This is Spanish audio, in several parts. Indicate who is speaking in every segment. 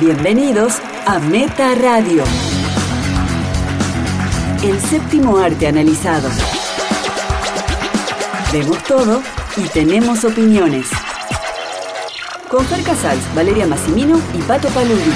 Speaker 1: Bienvenidos a Meta Radio. El séptimo arte analizado. Vemos todo y tenemos opiniones. Con Fer Casals, Valeria Massimino y Pato Paludi.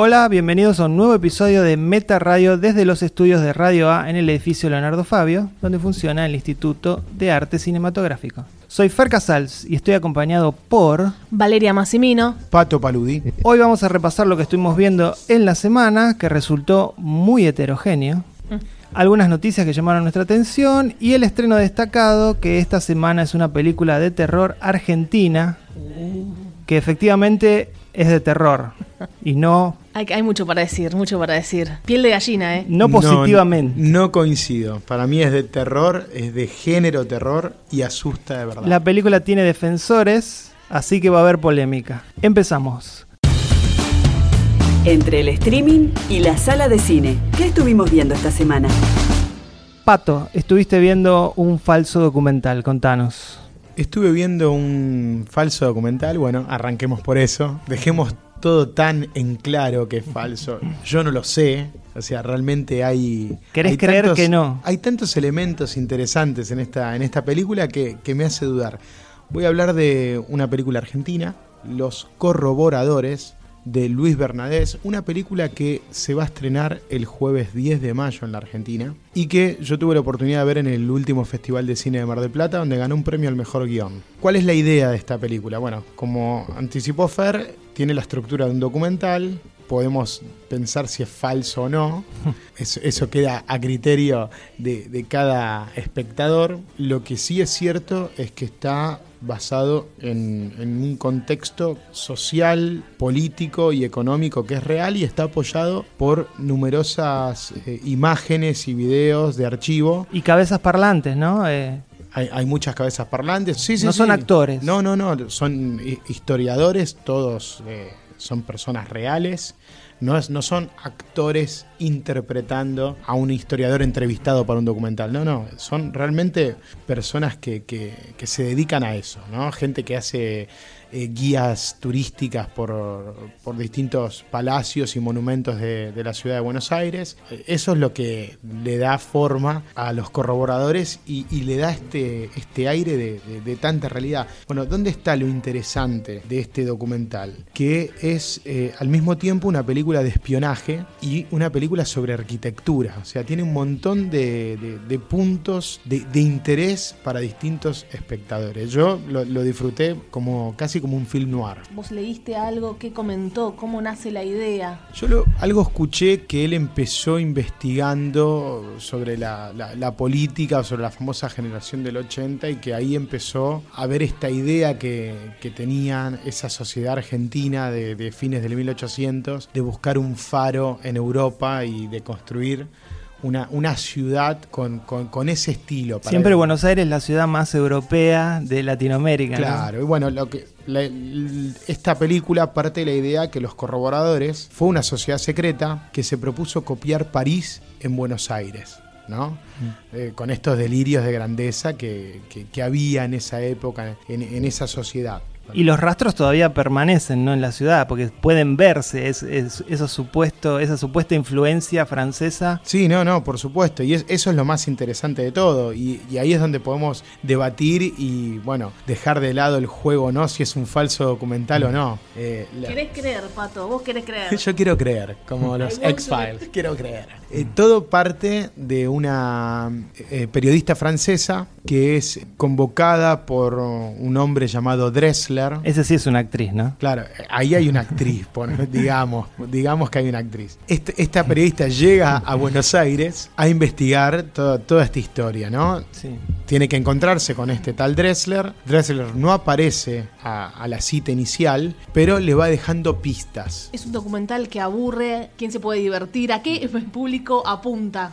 Speaker 2: Hola, bienvenidos a un nuevo episodio de Meta Radio desde los estudios de Radio A en el edificio Leonardo Fabio, donde funciona el Instituto de Arte Cinematográfico. Soy Fer Casals y estoy acompañado por...
Speaker 3: Valeria Massimino.
Speaker 4: Pato Paludí.
Speaker 2: Hoy vamos a repasar lo que estuvimos viendo en la semana, que resultó muy heterogéneo. Algunas noticias que llamaron nuestra atención y el estreno destacado, que esta semana es una película de terror argentina, que efectivamente es de terror y no,
Speaker 3: Hay, hay mucho para decir, mucho para decir. Piel de gallina, ¿eh?
Speaker 2: no positivamente.
Speaker 4: No, no coincido. Para mí es de terror, es de género terror y asusta de verdad.
Speaker 2: La película tiene defensores, así que va a haber polémica. Empezamos.
Speaker 1: Entre el streaming y la sala de cine. ¿Qué estuvimos viendo esta semana?
Speaker 2: Pato, estuviste viendo un falso documental, contanos.
Speaker 4: Estuve viendo un falso documental, bueno, arranquemos por eso. Dejemos todo tan en claro que es falso. Yo no lo sé, o sea, realmente hay...
Speaker 2: ¿Querés
Speaker 4: hay
Speaker 2: creer que no?
Speaker 4: Hay tantos elementos interesantes en esta, en esta película que, que me hace dudar. Voy a hablar de una película argentina, Los Corroboradores, de Luis Bernadés, una película que se va a estrenar el jueves 10 de mayo en la Argentina y que yo tuve la oportunidad de ver en el último Festival de Cine de Mar del Plata, donde ganó un premio al mejor guión. ¿Cuál es la idea de esta película? Bueno, como anticipó Fer, tiene la estructura de un documental, podemos pensar si es falso o no. Eso, eso queda a criterio de, de cada espectador. Lo que sí es cierto es que está basado en, en un contexto social, político y económico que es real y está apoyado por numerosas eh, imágenes y videos de archivo
Speaker 2: Y cabezas parlantes, ¿no? Eh,
Speaker 4: hay, hay muchas cabezas parlantes. Sí, sí,
Speaker 2: No son
Speaker 4: sí.
Speaker 2: actores.
Speaker 4: No, no, no. Son hi- historiadores, todos eh, son personas reales. No, es, no son actores interpretando a un historiador entrevistado para un documental. No, no. Son realmente personas que, que- que se dedican a eso, ¿no? Gente que hace eh, guías turísticas por, por distintos palacios y monumentos de, de la ciudad de Buenos Aires. Eh, Eso es lo que le da forma a los corroboradores y, y le da este, este aire de, de- de tanta realidad. Bueno, ¿dónde está lo interesante de este documental? Que es eh, al mismo tiempo una película de espionaje y una película sobre arquitectura. O sea, tiene un montón de, de- de puntos de, de interés para distintos espectadores. Yo lo, lo disfruté como casi como un film noir.
Speaker 3: Vos leíste algo que comentó, cómo nace la idea.
Speaker 4: Yo lo- algo escuché que él empezó investigando sobre la, la- la política, sobre la famosa generación del 80 y que ahí empezó a ver esta idea que, que tenían esa sociedad argentina de, de fines del 1800 de buscar un faro en Europa y de construir una, una ciudad con, con- con ese estilo. para
Speaker 2: Siempre
Speaker 4: él.
Speaker 2: Buenos Aires es la ciudad más europea de Latinoamérica. ¿no?
Speaker 4: Claro, y bueno, lo que, la- l- esta película parte de la idea que los corroboradores fue una sociedad secreta que se propuso copiar París en Buenos Aires, ¿no? Eh, con estos delirios de grandeza que, que- que había en esa época, en, en esa sociedad.
Speaker 2: Y los rastros todavía permanecen, ¿no? En la ciudad, porque pueden verse es, es- esos supuesto, esa supuesta influencia francesa.
Speaker 4: Sí, no, no, por supuesto. Y es- eso es lo más interesante de todo. Y, y ahí es donde podemos debatir y, bueno, dejar de lado el juego o no, si es un falso documental o no. Eh, la-
Speaker 3: Querés creer, Pato, vos querés creer.
Speaker 4: Yo quiero creer, como los X-Files. Quiero creer. Eh, todo parte de una eh, periodista francesa que es convocada por un hombre llamado Dressler.
Speaker 2: Ese sí es una actriz, ¿no?
Speaker 4: Claro, ahí hay una actriz, pon- digamos, digamos que hay una actriz. Este- esta periodista llega a Buenos Aires a investigar todo- toda esta historia, ¿no?
Speaker 2: Sí.
Speaker 4: tiene que encontrarse con este tal Dressler. Dressler no aparece a, a la cita inicial, pero le va dejando pistas.
Speaker 3: Es un documental que aburre, quién se puede divertir, a qué público apunta.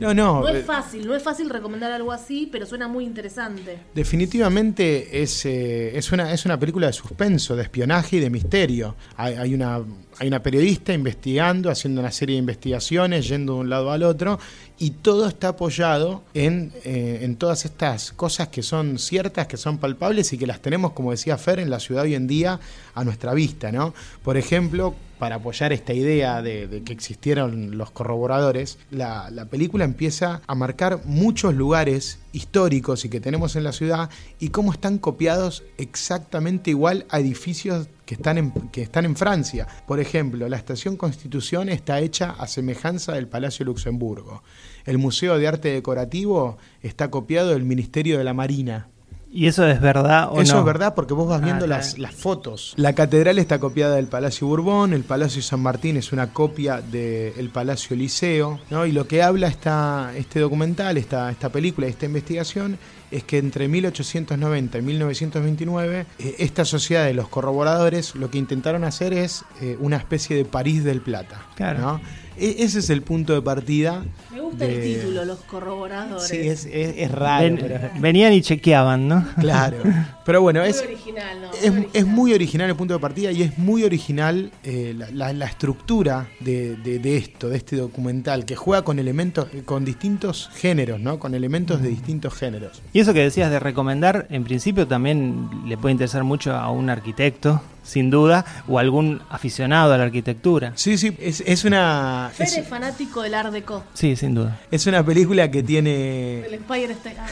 Speaker 4: No, no.
Speaker 3: No
Speaker 4: eh,
Speaker 3: es fácil, no es fácil recomendar algo así, pero suena muy interesante.
Speaker 4: Definitivamente es, eh, es, una, es una película de suspenso, de espionaje y de misterio. Hay, hay una, hay una periodista investigando, haciendo una serie de investigaciones, yendo de un lado al otro, Y todo está apoyado en, eh, en todas estas cosas que son ciertas, que son palpables y que las tenemos, como decía Fer, en la ciudad hoy en día a nuestra vista, ¿no? Por ejemplo, para apoyar esta idea de, de que existieron los corroboradores, la, la película empieza a marcar muchos lugares históricos y que tenemos en la ciudad y cómo están copiados exactamente igual a edificios que están, en, que están en Francia. Por ejemplo, la Estación Constitución está hecha a semejanza del Palacio de Luxemburgo. El Museo de Arte Decorativo está copiado del Ministerio de la Marina.
Speaker 2: ¿Y eso es verdad o
Speaker 4: Eso
Speaker 2: no?
Speaker 4: es verdad porque vos vas viendo
Speaker 2: Ah,
Speaker 4: las,
Speaker 2: claro.
Speaker 4: las fotos. La catedral está copiada del Palacio Bourbon, el Palacio San Martín es una copia del Palacio Liceo, ¿no? Y lo que habla esta, este documental, esta, esta película, esta investigación, es que entre 1890 y 1929, eh, esta sociedad de los corroboradores lo que intentaron hacer es eh, una especie de París del Plata.
Speaker 2: Claro.
Speaker 4: ¿no? E- ese es el punto de partida.
Speaker 3: Me gusta el
Speaker 4: de-
Speaker 3: título, Los Corroboradores.
Speaker 4: Sí, es, es- es raro.
Speaker 2: Ven-
Speaker 4: pero-
Speaker 2: venían y chequeaban, ¿no?
Speaker 4: Claro. Pero bueno,
Speaker 3: Muy
Speaker 4: es,
Speaker 3: original, ¿no?
Speaker 4: es,
Speaker 3: original.
Speaker 4: es muy original el punto de partida y es muy original eh, la, la- la estructura de, de- de esto, de este documental, que juega con elementos, eh, con distintos géneros, ¿no? Con elementos de distintos géneros.
Speaker 2: Y eso que decías de recomendar, en principio también le puede interesar mucho a un arquitecto, sin duda, o algún aficionado a la arquitectura.
Speaker 4: Sí, sí, es, es una.
Speaker 3: Fer
Speaker 4: Es,
Speaker 3: es fanático del Art Deco.
Speaker 2: Sí, sin duda.
Speaker 4: es una película que tiene.
Speaker 3: Del Empire State. Ah,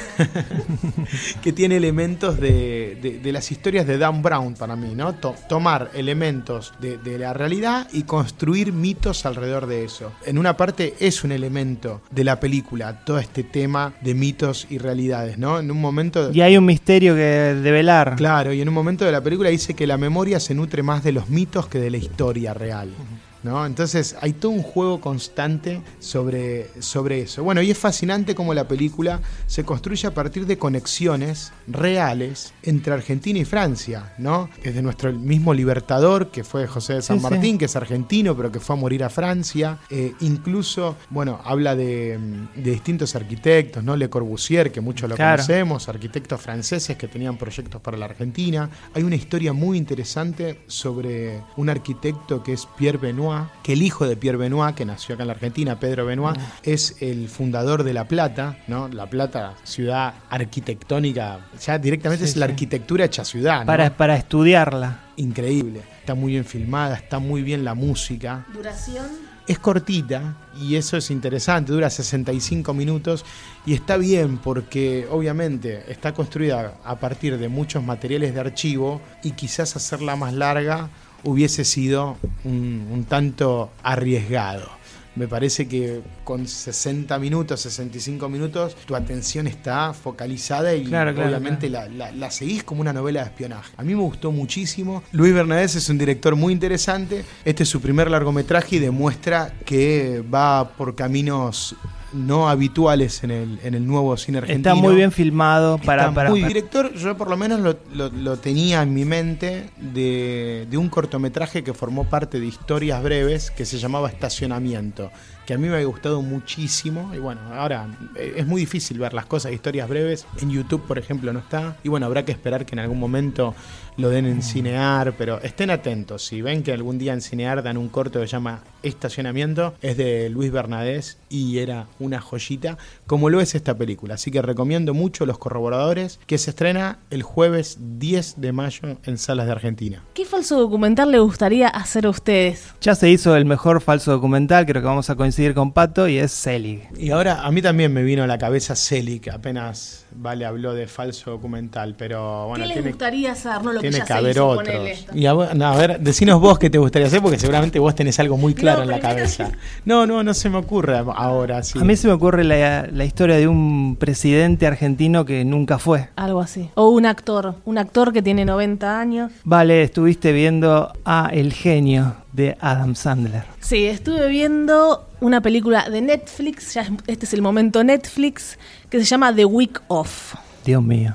Speaker 3: no.
Speaker 4: que tiene elementos de, de- de las historias de Dan Brown para mí, ¿no? To- tomar elementos de, de la realidad y construir mitos alrededor de eso. En una parte es un elemento de la película, todo este tema de mitos y realidades, ¿no? En un momento...
Speaker 2: Y hay un misterio que develar.
Speaker 4: Claro, y en un momento de la película dice que la memoria se nutre más de los mitos que de la historia real. ¿No? Entonces hay todo un juego constante sobre, sobre eso. Bueno, y es fascinante cómo la película se construye a partir de conexiones reales entre Argentina y Francia, ¿no? Desde nuestro mismo libertador, que fue José de San
Speaker 2: Sí, sí.
Speaker 4: Martín, que es argentino, pero que fue a morir a Francia. Eh, incluso, bueno, habla de, mm, de distintos arquitectos, ¿no? Le Corbusier, que muchos lo
Speaker 2: Claro.
Speaker 4: conocemos, arquitectos franceses que tenían proyectos para la Argentina. Hay una historia muy interesante sobre un arquitecto que es Pierre Benoit, que el hijo de Pierre Benoit, que nació acá en la Argentina, Pedro
Speaker 2: Mm.
Speaker 4: Benoit, es el fundador de La Plata, ¿no? La Plata, ciudad arquitectónica, ya directamente
Speaker 2: Sí,
Speaker 4: es la
Speaker 2: sí.
Speaker 4: arquitectura hecha ciudad, ¿no?
Speaker 2: Para, para estudiarla.
Speaker 4: Increíble. Está muy bien filmada, está muy bien la música.
Speaker 3: Duración.
Speaker 4: Es cortita y eso es interesante, dura 65 minutos y está bien porque obviamente está construida a partir de muchos materiales de archivo y quizás hacerla más larga hubiese sido un, un tanto arriesgado. Me parece que con 60 minutos, 65 minutos, tu atención está focalizada y
Speaker 2: Claro, claro,
Speaker 4: obviamente La, la- la seguís como una novela de espionaje. A mí me gustó muchísimo. Luis Bernadés es un director muy interesante. Este es su primer largometraje y demuestra que va por caminos no habituales en el, en el nuevo cine argentino.
Speaker 2: Está muy bien filmado para...
Speaker 4: Está
Speaker 2: para,
Speaker 4: muy
Speaker 2: para-
Speaker 4: director, yo por lo menos lo, lo- lo tenía en mi mente de, de un cortometraje que formó parte de historias breves que se llamaba Estacionamiento, que a mí me había gustado muchísimo. Y bueno, ahora eh, es muy difícil ver las cosas de historias breves. En YouTube, por ejemplo, no está. Y bueno, habrá que esperar que en algún momento lo den en Cinear, pero estén atentos. Si ven que algún día en Cinear dan un corto que se llama Estacionamiento, es de Luis Bernadés y era una joyita, como lo es esta película. Así que recomiendo mucho Los Corroboradores, que se estrena el jueves 10 de mayo en salas de Argentina.
Speaker 3: ¿Qué falso documental le gustaría hacer a ustedes?
Speaker 2: Ya se hizo el mejor falso documental, creo que vamos a coincidir con Pato, y es Selig.
Speaker 4: Y ahora a mí también me vino a la cabeza Selig, apenas Vale habló de falso documental, pero bueno,
Speaker 3: ¿Qué les
Speaker 4: tiene,
Speaker 3: gustaría hacer? No lo que
Speaker 4: tiene
Speaker 3: ya se
Speaker 4: que haber
Speaker 3: hizo,
Speaker 4: otros.
Speaker 3: ponele esto.
Speaker 4: Y a, vos- no, a ver, decinos vos qué te gustaría hacer, porque seguramente vos tenés algo muy claro
Speaker 3: No,
Speaker 4: en la
Speaker 3: primero-
Speaker 4: cabeza. No, no, no se me ocurre ahora. Sí.
Speaker 2: A mí se me ocurre la, la historia de un presidente argentino que nunca fue.
Speaker 3: Algo así. O un actor. Un actor que tiene 90 años.
Speaker 2: Vale, estuviste viendo a El genio de Adam Sandler.
Speaker 3: Sí, estuve viendo una película de Netflix, ya es- este es el momento Netflix, que se llama The Week Off.
Speaker 2: Dios mío.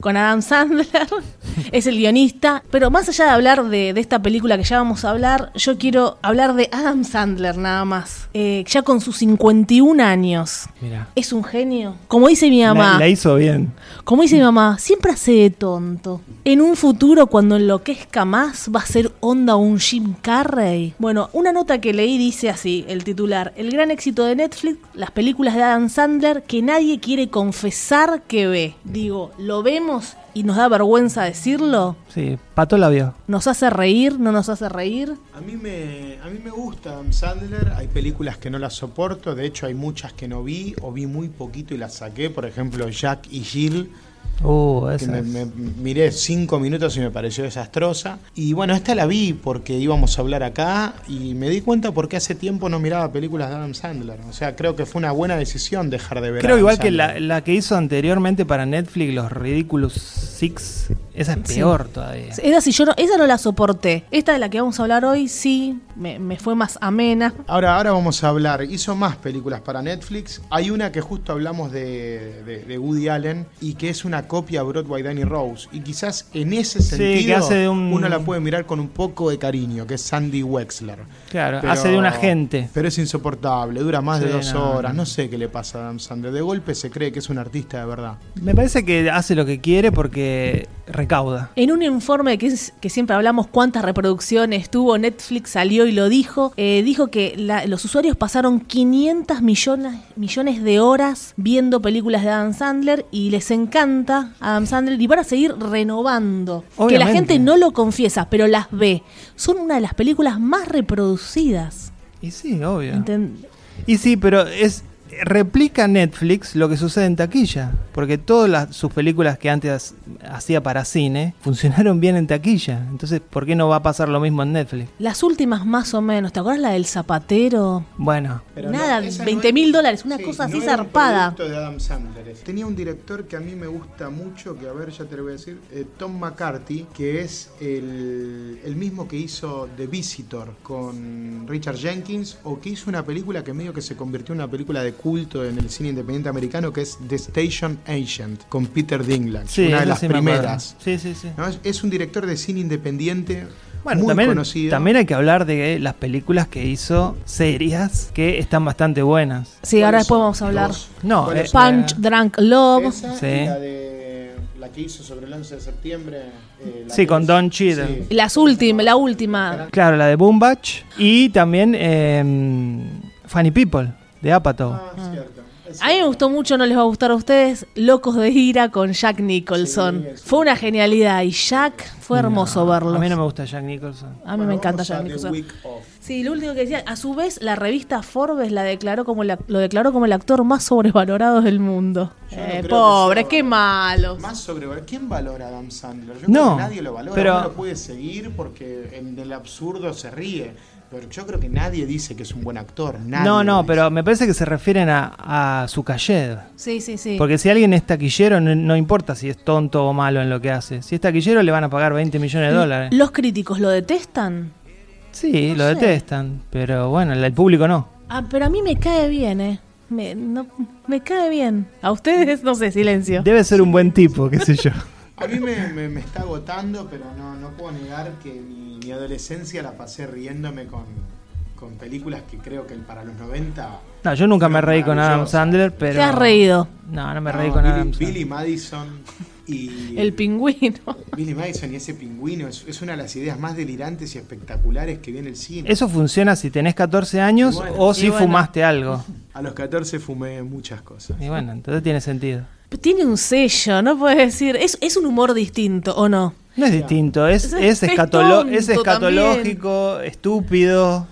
Speaker 3: con Adam Sandler, es el guionista. Pero más allá de hablar de, de esta película que ya vamos a hablar, yo quiero hablar de Adam Sandler nada más. Eh, ya con sus 51 años.
Speaker 2: Mira.
Speaker 3: Es un genio. Como dice mi mamá.
Speaker 2: La, la hizo bien.
Speaker 3: Como dice mi mamá, siempre hace de tonto. En un futuro, cuando enloquezca más, va a ser onda un Jim Carrey. Bueno, una nota que leí dice así, el titular, el gran éxito de Netflix, las películas de Adam Sandler que nadie quiere confesar que ve. Digo, ¿lo vemos y nos da vergüenza decirlo?
Speaker 2: Sí, Pato la vio.
Speaker 3: ¿Nos hace reír? ¿No nos hace reír?
Speaker 4: A mí me, a mí me gusta Adam Sandler. Hay películas que no las soporto. De hecho, hay muchas que no vi o vi muy poquito y las saqué. Por ejemplo, Jack y Jill.
Speaker 2: Uh,
Speaker 4: que
Speaker 2: esa
Speaker 4: me,
Speaker 2: es.
Speaker 4: me- miré cinco minutos y me pareció desastrosa. Y bueno, esta la vi porque íbamos a hablar acá y me di cuenta porque hace tiempo no miraba películas de Adam Sandler. O sea, creo que fue una buena decisión dejar de ver. a
Speaker 2: Creo
Speaker 4: Adam
Speaker 2: igual que la,
Speaker 4: Sandler.
Speaker 2: la que hizo anteriormente para Netflix, Los Ridiculous Six. Esa es
Speaker 3: Sí.
Speaker 2: peor todavía.
Speaker 3: Esa sí, yo no, esa no la soporté. Esta de la que vamos a hablar hoy, sí, me, me fue más amena.
Speaker 4: Ahora, ahora vamos a hablar. Hizo más películas para Netflix. Hay una que justo hablamos de, de- de Woody Allen y que es una copia a Broadway Danny Rose. Y quizás en ese
Speaker 2: Sí, que
Speaker 4: sentido
Speaker 2: hace de un-
Speaker 4: uno la puede mirar con un poco de cariño, que es Sandy Wexler.
Speaker 2: Claro,
Speaker 4: Pero-
Speaker 2: hace de un agente.
Speaker 4: Pero es insoportable, dura más de
Speaker 2: Sí,
Speaker 4: dos
Speaker 2: no,
Speaker 4: horas.
Speaker 2: no.
Speaker 4: No sé qué le pasa a Adam Sandler. De golpe se cree que es un artista de verdad.
Speaker 2: Me parece que hace lo que quiere porque recauda.
Speaker 3: En un informe que, es- que siempre hablamos cuántas reproducciones tuvo, Netflix salió y lo dijo, eh, dijo que la- los usuarios pasaron 500 millones, millones de horas viendo películas de Adam Sandler y les encanta Adam Sandler y van a seguir renovando. Que
Speaker 2: Obviamente.
Speaker 3: la gente no lo confiesa, pero las ve. Son una de las películas más reproducidas.
Speaker 2: Y sí, obvio.
Speaker 3: Enten-
Speaker 2: Y sí, pero es replica Netflix lo que sucede en taquilla, porque todas las- sus películas que antes hacía para cine funcionaron bien en taquilla. Entonces, ¿por qué no va a pasar lo mismo en Netflix?
Speaker 3: Las últimas más o menos, ¿te acuerdas la del zapatero?
Speaker 2: Bueno,
Speaker 4: Pero
Speaker 3: Nada,
Speaker 4: esa
Speaker 3: 20.000 dólares, una cosa así
Speaker 4: era un
Speaker 3: zarpada.
Speaker 4: producto de Adam Sandler. ese. Tenía un director que a mí me gusta mucho, que a ver, ya te lo voy a decir, eh, Tom McCarthy, que es el, el mismo que hizo The Visitor con Richard Jenkins, o que hizo una película que medio que se convirtió en una película de culto en el cine independiente americano, que es The Station Agent, con Peter Dinklage,
Speaker 2: sí,
Speaker 4: una de
Speaker 2: esa
Speaker 4: las
Speaker 2: sí me acuerdo.
Speaker 4: primeras.
Speaker 2: Sí, sí, sí.
Speaker 4: ¿no? Es, es un director de cine independiente
Speaker 2: Bueno,
Speaker 4: muy
Speaker 2: también,
Speaker 4: conocido.
Speaker 2: también hay que hablar de las películas que hizo serias que están bastante buenas.
Speaker 3: Sí, ahora después
Speaker 4: son?
Speaker 3: vamos a hablar.
Speaker 4: Dos.
Speaker 2: No,
Speaker 4: ¿Cuáles
Speaker 2: eh,
Speaker 4: son?
Speaker 3: Punch, Drunk Love.
Speaker 4: Esa
Speaker 2: Sí.
Speaker 4: y la de la que hizo sobre el 11 de septiembre. eh, la
Speaker 2: Sí,
Speaker 4: que
Speaker 2: con
Speaker 4: es-
Speaker 2: Don Cheadle.
Speaker 4: sí.
Speaker 3: Las últimas, la última.
Speaker 2: Claro, la de Boombach y también em, Funny People de Apatow.
Speaker 4: Ah, es cierto, es
Speaker 3: A mí me
Speaker 4: cierto.
Speaker 3: gustó mucho, no les va a gustar a ustedes, Locos de Ira con Jack Nicholson.
Speaker 4: Sí, es-
Speaker 3: Fue una genialidad y Jack fue hermoso verlo.
Speaker 2: A mí no me gusta Jack Nicholson.
Speaker 4: Bueno,
Speaker 3: me encanta
Speaker 4: vamos a
Speaker 3: Jack
Speaker 4: The
Speaker 3: Nicholson.
Speaker 4: Week Of.
Speaker 3: Sí, lo último que decía, a su vez la revista Forbes la declaró como la- lo declaró como el actor más sobrevalorado del mundo.
Speaker 4: Yo no
Speaker 3: Eh,
Speaker 4: creo que
Speaker 3: pobre,
Speaker 4: sea
Speaker 3: qué malos.
Speaker 4: Más sobre ¿Quién valora a Adam Sandler? Yo
Speaker 2: No,
Speaker 4: creo que nadie lo valora,
Speaker 2: pero-
Speaker 4: no lo puede seguir porque en el absurdo se ríe. Pero yo creo que nadie dice que es un buen actor. nadie
Speaker 2: No,
Speaker 4: lo
Speaker 2: no,
Speaker 4: dice.
Speaker 2: pero me parece que se refieren a, a su calle.
Speaker 3: Sí, sí, sí.
Speaker 2: Porque si alguien es taquillero, no, no importa si es tonto o malo en lo que hace. Si es taquillero, le van a pagar 20 millones de dólares.
Speaker 3: Los críticos lo detestan.
Speaker 2: Sí,
Speaker 3: no
Speaker 2: lo
Speaker 3: sé.
Speaker 2: detestan, pero bueno, el, el público no.
Speaker 3: Ah, pero a mí me cae bien, eh. Me, no- me cae bien. A ustedes, no sé, silencio.
Speaker 2: Debe ser un buen tipo, qué sé yo.
Speaker 4: A mí me, me- me está agotando, pero no, no puedo negar que mi, mi adolescencia la pasé riéndome con, con películas que creo que para los 90...
Speaker 2: No, yo nunca me reí con Adam
Speaker 4: Maravilloso.
Speaker 2: Sandler, pero...
Speaker 3: Te has reído.
Speaker 2: No, no me
Speaker 4: No,
Speaker 2: reí con
Speaker 4: Billy,
Speaker 2: Adam Sandler.
Speaker 4: Billy Madison y...
Speaker 3: El pingüino.
Speaker 4: Billy Madison y ese pingüino es, es una de las ideas más delirantes y espectaculares que viene el cine.
Speaker 2: Eso funciona si tenés 14 años
Speaker 4: Y bueno,
Speaker 2: o
Speaker 4: y
Speaker 2: si
Speaker 3: bueno.
Speaker 2: fumaste algo.
Speaker 4: A los 14 fumé muchas cosas.
Speaker 2: Y bueno, entonces tiene sentido.
Speaker 3: Tiene un sello, no puedes decir. Es, es un humor distinto, ¿o no?
Speaker 2: No es distinto, es,
Speaker 3: Es-
Speaker 2: es,
Speaker 3: es
Speaker 2: escatolo-
Speaker 3: tonto
Speaker 2: es escatológico, estúpido.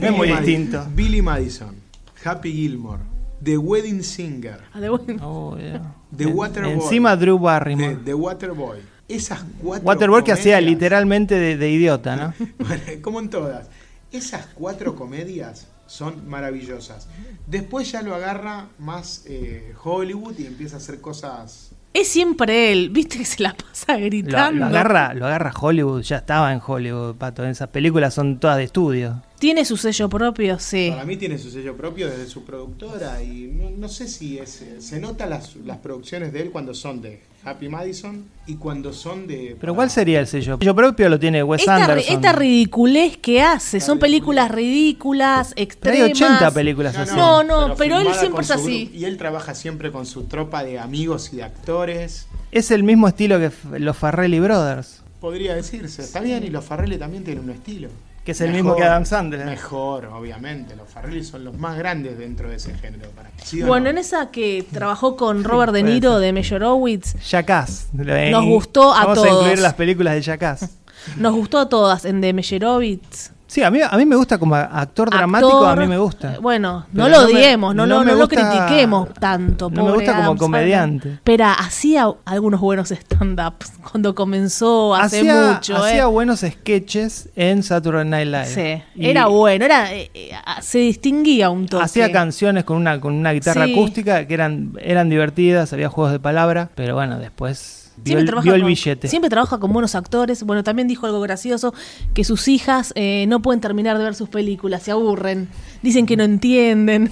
Speaker 2: No es muy
Speaker 4: Billy Madi-
Speaker 2: distinto.
Speaker 4: Billy Madison, Happy Gilmore, The Wedding Singer,
Speaker 3: Ah, de bueno.
Speaker 2: Oh, yeah.
Speaker 4: The
Speaker 2: En-
Speaker 4: Waterboy.
Speaker 2: Encima Drew
Speaker 4: The,
Speaker 2: Barrymore.
Speaker 4: The Waterboy. Esas cuatro
Speaker 2: Waterboy que hacía
Speaker 4: comedias-
Speaker 2: literalmente de, de idiota, ¿no?
Speaker 4: Bueno, como en todas. Esas cuatro comedias son maravillosas. Después ya lo agarra más eh, Hollywood y empieza a hacer cosas.
Speaker 3: Es siempre él, viste que se la pasa
Speaker 2: Lo,
Speaker 3: gritando.
Speaker 2: lo agarra, lo agarra Hollywood, ya estaba en Hollywood, pato. Esas películas son todas de estudio.
Speaker 3: Tiene su sello propio, sí.
Speaker 4: Para mí tiene su sello propio desde su productora y no, no sé si es, se nota las, las producciones de él cuando son de Happy Madison y cuando son de.
Speaker 2: Pero ¿cuál sería el sello? El sello propio lo tiene Wes
Speaker 3: Esta, ri-
Speaker 2: Anderson.
Speaker 3: esta ridiculez que hace, son películas ridículas,
Speaker 2: Pero hay
Speaker 3: extremas.
Speaker 2: 80 películas
Speaker 4: No,
Speaker 2: así.
Speaker 3: No, no, pero él
Speaker 4: filmada
Speaker 3: siempre
Speaker 4: con
Speaker 3: es
Speaker 4: su
Speaker 3: así.
Speaker 4: grupo. Y él trabaja siempre con su tropa de amigos y de actores.
Speaker 2: Es el mismo estilo que f- los Farrelly Brothers.
Speaker 4: Podría decirse. Está bien, y los Farrelly también tienen un estilo.
Speaker 2: Que es el mismo que Adam Sandler.
Speaker 4: Mejor, obviamente. Los Farrelly son los más grandes dentro de ese género. Para mí. ¿Sí o
Speaker 3: Bueno,
Speaker 4: no?
Speaker 3: en esa que trabajó con Robert De
Speaker 2: puede
Speaker 3: Niro
Speaker 2: ser.
Speaker 3: de Meyerowitz,
Speaker 2: Jackass.
Speaker 3: Nos gustó a
Speaker 2: Vamos
Speaker 3: todos.
Speaker 2: a incluir las películas de Jackass.
Speaker 3: nos gustó a todas en de Meyerowitz.
Speaker 2: Sí, a mí, a mí me gusta como actor dramático, a
Speaker 3: actor.
Speaker 2: mí me gusta.
Speaker 3: Eh, Bueno,
Speaker 2: Pero
Speaker 3: no lo
Speaker 2: no me-
Speaker 3: odiemos, no,
Speaker 2: no
Speaker 3: lo-
Speaker 2: me
Speaker 3: no lo
Speaker 2: gusta-
Speaker 3: critiquemos tanto.
Speaker 2: no me gusta como comediante.
Speaker 3: Pero hacía algunos buenos stand-ups cuando comenzó hace
Speaker 2: hacía,
Speaker 3: mucho.
Speaker 2: hacía
Speaker 3: eh.
Speaker 2: buenos sketches en Saturday Night Live.
Speaker 3: Sí,
Speaker 2: Y
Speaker 3: era bueno, era, eh, eh, se distinguía un toque.
Speaker 2: Hacía canciones con una, con una guitarra
Speaker 3: Sí.
Speaker 2: acústica que eran, eran divertidas, había juegos de palabra, pero bueno, después vio,
Speaker 3: Siempre
Speaker 2: el,
Speaker 3: trabaja
Speaker 2: vio el
Speaker 3: con-
Speaker 2: billete.
Speaker 3: Siempre trabaja con buenos actores. Bueno, también dijo algo gracioso, que sus hijas eh, no pueden terminar de ver sus películas, se aburren, dicen que no entienden.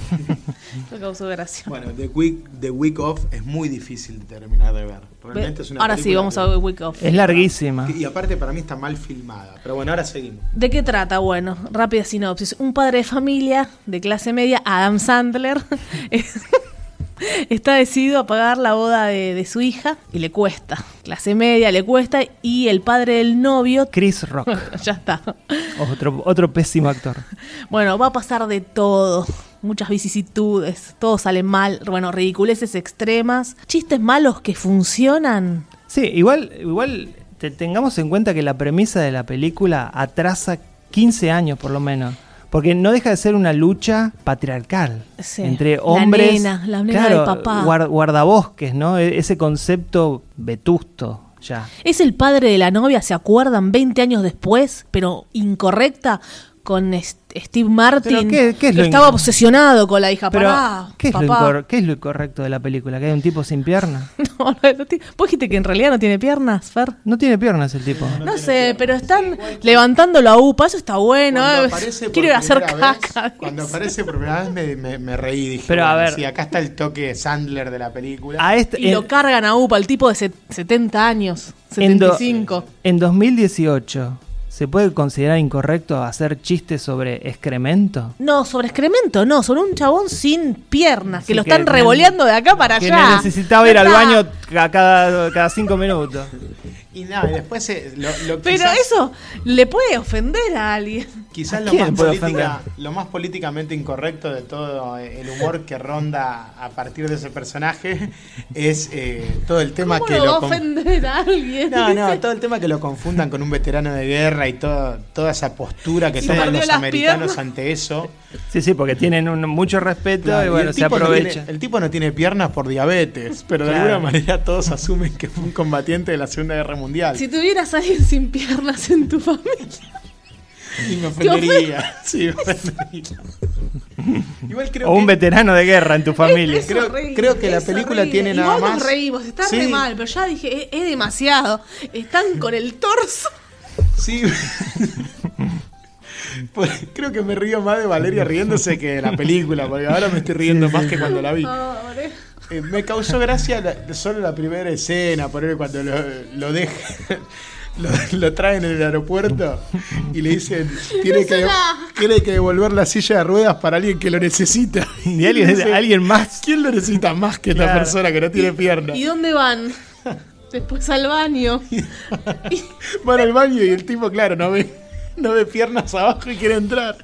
Speaker 3: Eso causó gracia.
Speaker 4: Bueno, The Week, The Week Off es muy difícil de terminar de ver. Realmente es una
Speaker 3: Ahora sí,
Speaker 4: película
Speaker 3: vamos
Speaker 4: que-
Speaker 3: a Wake Off.
Speaker 2: Es larguísima.
Speaker 4: Y aparte para mí está mal filmada. Pero bueno, ahora seguimos.
Speaker 3: ¿De qué trata? Bueno, rápida sinopsis. Un padre de familia de clase media, Adam Sandler, es- está decidido a pagar la boda de, de su hija y le cuesta. Clase media le cuesta y el padre del novio...
Speaker 2: Chris Rock,
Speaker 3: ya está.
Speaker 2: otro, otro pésimo actor.
Speaker 3: Bueno, va a pasar de todo. Muchas vicisitudes. Todo sale mal. Bueno, ridiculeces extremas. Chistes malos que funcionan.
Speaker 2: Sí, igual, igual te- tengamos en cuenta que la premisa de la película atrasa 15 años por lo menos. Porque no deja de ser una lucha patriarcal
Speaker 3: Sí,
Speaker 2: entre
Speaker 3: la
Speaker 2: hombres.
Speaker 3: nena, la nena
Speaker 2: claro,
Speaker 3: del papá.
Speaker 2: guar- guardabosques, ¿no? E- Ese concepto vetusto ya.
Speaker 3: Es el padre de la novia, ¿se acuerdan? 20 años después, pero incorrecta, con est- Steve
Speaker 2: Pero ¿qué-
Speaker 3: Martin.
Speaker 2: qué es
Speaker 3: que
Speaker 2: lo
Speaker 3: estaba
Speaker 2: inc-
Speaker 3: obsesionado con la hija.
Speaker 2: Pero,
Speaker 3: Pará,
Speaker 2: ¿qué, es lo
Speaker 3: papá.
Speaker 2: incor- qué es lo incorrecto de la película? ¿Que hay un tipo sin pierna?
Speaker 3: No, no, no tiene- Vos dijiste que en realidad no tiene piernas, Fer.
Speaker 2: No tiene piernas el tipo.
Speaker 3: No, sé, pero están levantándolo a UPA, eso está bueno.
Speaker 4: Cuando
Speaker 3: eh.
Speaker 4: aparece por
Speaker 3: Quiero ir a hacer
Speaker 4: primera vez-
Speaker 3: caca. dice.
Speaker 4: cuando aparece por primera vez me, me- me reí. Dije,
Speaker 2: Pero, a
Speaker 4: bueno,
Speaker 2: ver.
Speaker 4: sí, acá está el toque Sandler de la película.
Speaker 2: A este-
Speaker 3: Y lo
Speaker 2: en-
Speaker 3: cargan a UPA, el tipo de set- 70 años,
Speaker 2: En do-
Speaker 3: 75.
Speaker 2: En 2018, ¿se puede considerar incorrecto hacer chistes sobre excremento?
Speaker 3: No, sobre excremento, no, sobre un chabón sin piernas, que
Speaker 2: Sí,
Speaker 3: lo
Speaker 2: que
Speaker 3: están
Speaker 2: ne-
Speaker 3: revoleando de acá para
Speaker 2: Que
Speaker 3: allá.
Speaker 2: necesitaba ir
Speaker 3: Ya
Speaker 2: al
Speaker 3: está.
Speaker 2: baño ca- cada, cada cinco minutos.
Speaker 4: Y nada, y después eh, lo, lo
Speaker 3: Pero
Speaker 4: quizás-
Speaker 3: eso le puede ofender a alguien.
Speaker 4: Quizás
Speaker 2: ¿A
Speaker 4: lo
Speaker 2: quién
Speaker 4: más,
Speaker 2: puede
Speaker 4: política-
Speaker 2: ofender?
Speaker 4: lo más políticamente incorrecto de todo eh, el humor que ronda a partir de ese personaje es eh, todo el tema
Speaker 3: ¿Cómo
Speaker 4: que
Speaker 3: lo va a
Speaker 4: lo con-
Speaker 3: ofender a alguien?
Speaker 4: no, no, todo el tema que lo confundan con un veterano de guerra y todo- toda esa postura que
Speaker 3: Sí.
Speaker 4: toman
Speaker 3: Perdió
Speaker 4: los
Speaker 3: las
Speaker 4: americanos
Speaker 3: piernas.
Speaker 4: ante eso.
Speaker 2: Sí, sí, porque tienen un- mucho respeto
Speaker 4: Claro,
Speaker 2: y
Speaker 4: y
Speaker 2: bueno,
Speaker 4: el,
Speaker 2: se
Speaker 4: tipo no
Speaker 2: aprovecha.
Speaker 4: tiene- el tipo no tiene piernas por diabetes, pero de
Speaker 2: Claro.
Speaker 4: alguna manera todos asumen que fue un combatiente de la Segunda Guerra Mundial.
Speaker 3: Si tuvieras a alguien sin piernas en tu familia.
Speaker 4: Y me ofendería. Sí, me ofendería. Igual creo
Speaker 2: O un
Speaker 4: que-
Speaker 2: veterano de guerra en tu familia.
Speaker 3: Este Es
Speaker 4: Creo-
Speaker 3: horrible,
Speaker 4: creo que la
Speaker 3: es
Speaker 4: película
Speaker 3: horrible.
Speaker 4: tiene nada
Speaker 3: Igual nos
Speaker 4: más.
Speaker 3: reímos, está re
Speaker 4: Sí.
Speaker 3: mal, pero ya dije, es, es demasiado. Están con el torso.
Speaker 4: Sí. Por- Creo que me río más de Valeria riéndose que de la película, porque ahora me estoy riendo más que cuando la vi.
Speaker 3: Pobre.
Speaker 4: Eh, me causó gracia la- solo la primera escena, por él cuando lo, lo dejan, lo, lo traen en el aeropuerto y le dicen, tiene
Speaker 3: Es
Speaker 4: que,
Speaker 3: una-
Speaker 4: tiene que devolver la silla de ruedas para alguien que lo necesita.
Speaker 2: Y alguien,
Speaker 4: Dice,
Speaker 2: alguien más.
Speaker 4: ¿Quién lo necesita más que esta
Speaker 2: Claro.
Speaker 4: persona que no tiene pierna?
Speaker 3: ¿Y dónde van? Después al baño.
Speaker 4: Van al baño y el tipo, claro, no ve, no ve piernas abajo y quiere entrar.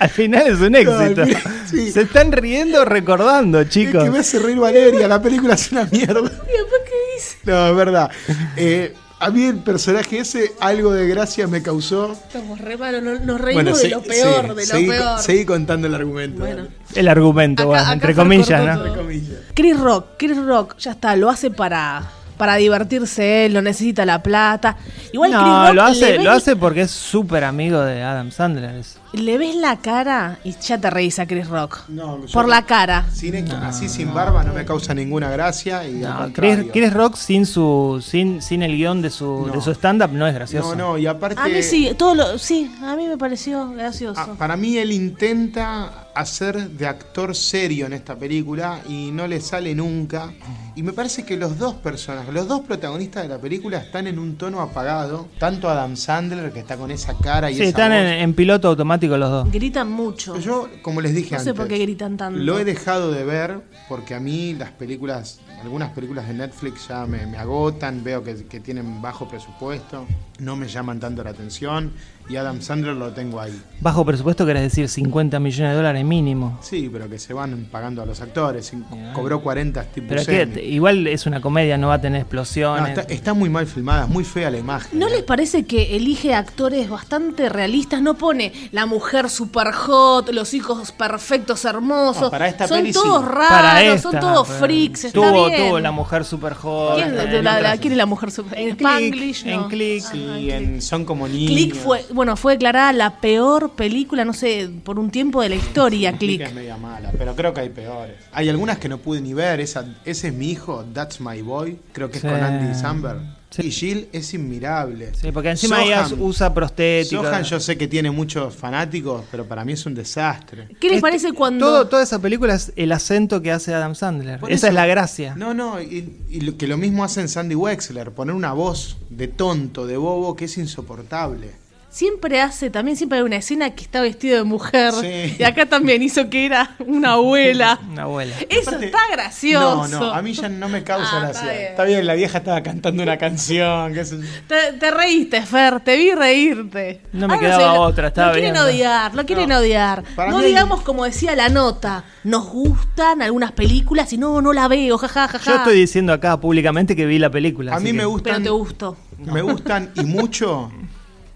Speaker 2: Al final es un éxito.
Speaker 4: mira, sí.
Speaker 2: Se están riendo recordando,
Speaker 4: Es que me
Speaker 2: chicos.
Speaker 4: hace reír Valeria, la película es una mierda.
Speaker 3: ¿Y después qué dice?
Speaker 4: No, es verdad. Eh, a mí el personaje ese algo de gracia me causó.
Speaker 3: Estamos re malos, no- nos reímos de
Speaker 4: se-
Speaker 3: lo peor,
Speaker 4: sí,
Speaker 3: de lo
Speaker 4: seguí,
Speaker 3: peor.
Speaker 4: seguí contando el argumento.
Speaker 3: Bueno.
Speaker 2: El argumento,
Speaker 3: Acá-
Speaker 2: bueno,
Speaker 3: acá
Speaker 2: entre
Speaker 3: fue
Speaker 2: comillas,
Speaker 3: cortado
Speaker 2: ¿no?
Speaker 3: todo.
Speaker 4: Comillas.
Speaker 3: Chris Rock, Chris Rock, ya está, lo hace para, para divertirse él, no necesita la plata. Igual Chris
Speaker 2: No,
Speaker 3: Rock
Speaker 2: lo
Speaker 3: le,
Speaker 2: hace,
Speaker 3: ves,
Speaker 2: lo hace porque es súper amigo de Adam Sandler. es-
Speaker 3: le ves la cara y ya te reís a Chris Rock.
Speaker 4: No, yo-
Speaker 3: Por la cara.
Speaker 4: Sin- así sin barba no me causa ninguna gracia. Y al
Speaker 2: No, Chris,
Speaker 4: contrario.
Speaker 2: Chris Rock sin su sin, sin el guión de su, de
Speaker 4: No.
Speaker 2: su stand-up no es gracioso.
Speaker 4: No, no, y aparte.
Speaker 3: A mí sí, todo lo, sí, a mí me pareció gracioso.
Speaker 4: Ah, para mí él intenta hacer de actor serio en esta película y no le sale nunca. Y me parece que los dos personajes, los dos protagonistas de la película están en un tono apagado. Tanto Adam Sandler, que está con esa cara y
Speaker 2: Sí,
Speaker 4: esa
Speaker 2: están
Speaker 4: voz.
Speaker 2: en, en piloto automático los dos.
Speaker 3: Gritan mucho.
Speaker 4: Yo, como les dije
Speaker 3: No sé
Speaker 4: antes,
Speaker 3: por qué gritan tanto.
Speaker 4: Lo he dejado de ver porque a mí las películas, algunas películas de Netflix ya me, me agotan, veo que, que tienen bajo presupuesto, no me llaman tanto la atención y Adam Sandler lo tengo ahí.
Speaker 2: Bajo presupuesto querés decir 50 millones de dólares mínimo.
Speaker 4: Sí, pero que se van pagando a los actores, y co- cobró 40 tipo
Speaker 2: Pero es que
Speaker 4: Buscemi.
Speaker 2: te- igual es una comedia, no va a tener
Speaker 4: No,
Speaker 2: explosiones.
Speaker 4: está, está muy mal filmada, es muy fea la imagen. ¿eh?
Speaker 3: ¿No les parece que elige actores bastante realistas? No pone la mujer super hot, los hijos perfectos, hermosos.
Speaker 4: No, Ah, para esta
Speaker 3: son
Speaker 4: peli
Speaker 3: todos
Speaker 4: sí.
Speaker 3: raros,
Speaker 2: Para esta,
Speaker 3: Ah, son todos
Speaker 2: pero-
Speaker 3: freaks. está
Speaker 2: Tuvo,
Speaker 3: bien.
Speaker 2: tuvo la mujer super joven. eh,
Speaker 3: ¿Quién, la- la- la- quién es la mujer super En Spanglish, no.
Speaker 2: En click.
Speaker 4: Sí, en- son como niños.
Speaker 3: Click fue, bueno, fue declarada la peor película, no sé, por un tiempo de la historia,
Speaker 4: Click
Speaker 3: Click.
Speaker 4: es media mala, pero creo que hay peores. Hay algunas que no pude ni ver. Esa, ese es mi hijo, That's My Boy. Creo que es
Speaker 2: Sí.
Speaker 4: con Andy Samberg.
Speaker 2: Sí.
Speaker 4: Y Jill es inmirable.
Speaker 2: Sí, porque encima ella
Speaker 4: Sohan-
Speaker 2: usa prostéticos.
Speaker 4: Sohan yo sé que tiene muchos fanáticos, pero para mí es un desastre.
Speaker 3: ¿Qué les
Speaker 2: Este-
Speaker 3: parece cuando
Speaker 2: todo- toda esa película es el acento que hace Adam Sandler.
Speaker 4: Por
Speaker 2: Esa
Speaker 4: eso-
Speaker 2: es la gracia.
Speaker 4: No, no, y, y lo- que lo mismo hacen Sandy Wexler, poner una voz de tonto, de bobo, que es insoportable.
Speaker 3: siempre hace, también siempre hay una escena que está vestido de mujer?
Speaker 4: Sí.
Speaker 3: Y acá también hizo que era una abuela.
Speaker 2: Una abuela.
Speaker 3: Eso
Speaker 4: Aparte-
Speaker 3: está gracioso.
Speaker 4: No, no, a mí ya no me causa
Speaker 3: Ah,
Speaker 4: gracia.
Speaker 3: está bien.
Speaker 4: la vieja estaba cantando una canción, qué sé yo.
Speaker 3: Te, te reíste, Fer, te vi reírte.
Speaker 2: No me
Speaker 3: Ah,
Speaker 2: quedaba
Speaker 3: sé, lo-
Speaker 2: otra, estaba
Speaker 3: Lo quieren
Speaker 2: viendo.
Speaker 3: odiar, lo quieren
Speaker 4: No.
Speaker 3: odiar.
Speaker 4: Para
Speaker 3: no
Speaker 4: mí hay-
Speaker 3: digamos, como decía la nota, nos gustan algunas películas y no, no la veo, jaja, jaja.
Speaker 2: Yo estoy diciendo acá públicamente que vi la película.
Speaker 4: A
Speaker 2: así
Speaker 4: mí
Speaker 2: que-
Speaker 4: me
Speaker 3: Pero
Speaker 4: gustan
Speaker 3: te gustó.
Speaker 4: Me gustan y mucho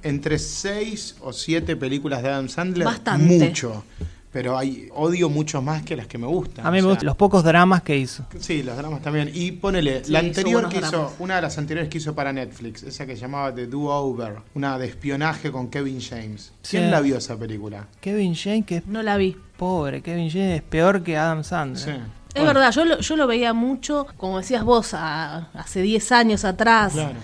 Speaker 4: entre seis o siete películas de Adam Sandler.
Speaker 3: Bastante.
Speaker 4: Mucho. Pero hay odio mucho más que las que me gustan.
Speaker 2: A mí me
Speaker 4: o sea,
Speaker 2: gustan los pocos dramas que hizo.
Speaker 4: Sí, los dramas también. Y ponele,
Speaker 3: Sí,
Speaker 4: la
Speaker 3: hizo
Speaker 4: anterior
Speaker 3: buenos
Speaker 4: que hizo,
Speaker 3: dramas.
Speaker 4: una de las anteriores que hizo para Netflix, esa que llamaba The Do Over, una de espionaje con Kevin James. ¿Quién
Speaker 2: Sí.
Speaker 4: la vio esa película?
Speaker 2: Kevin James, que es
Speaker 3: No la vi.
Speaker 2: pobre. Kevin James es peor que Adam Sandler.
Speaker 4: Sí.
Speaker 3: Es verdad, yo lo, yo lo veía mucho, como decías vos, a- hace 10 años atrás,
Speaker 4: Claro.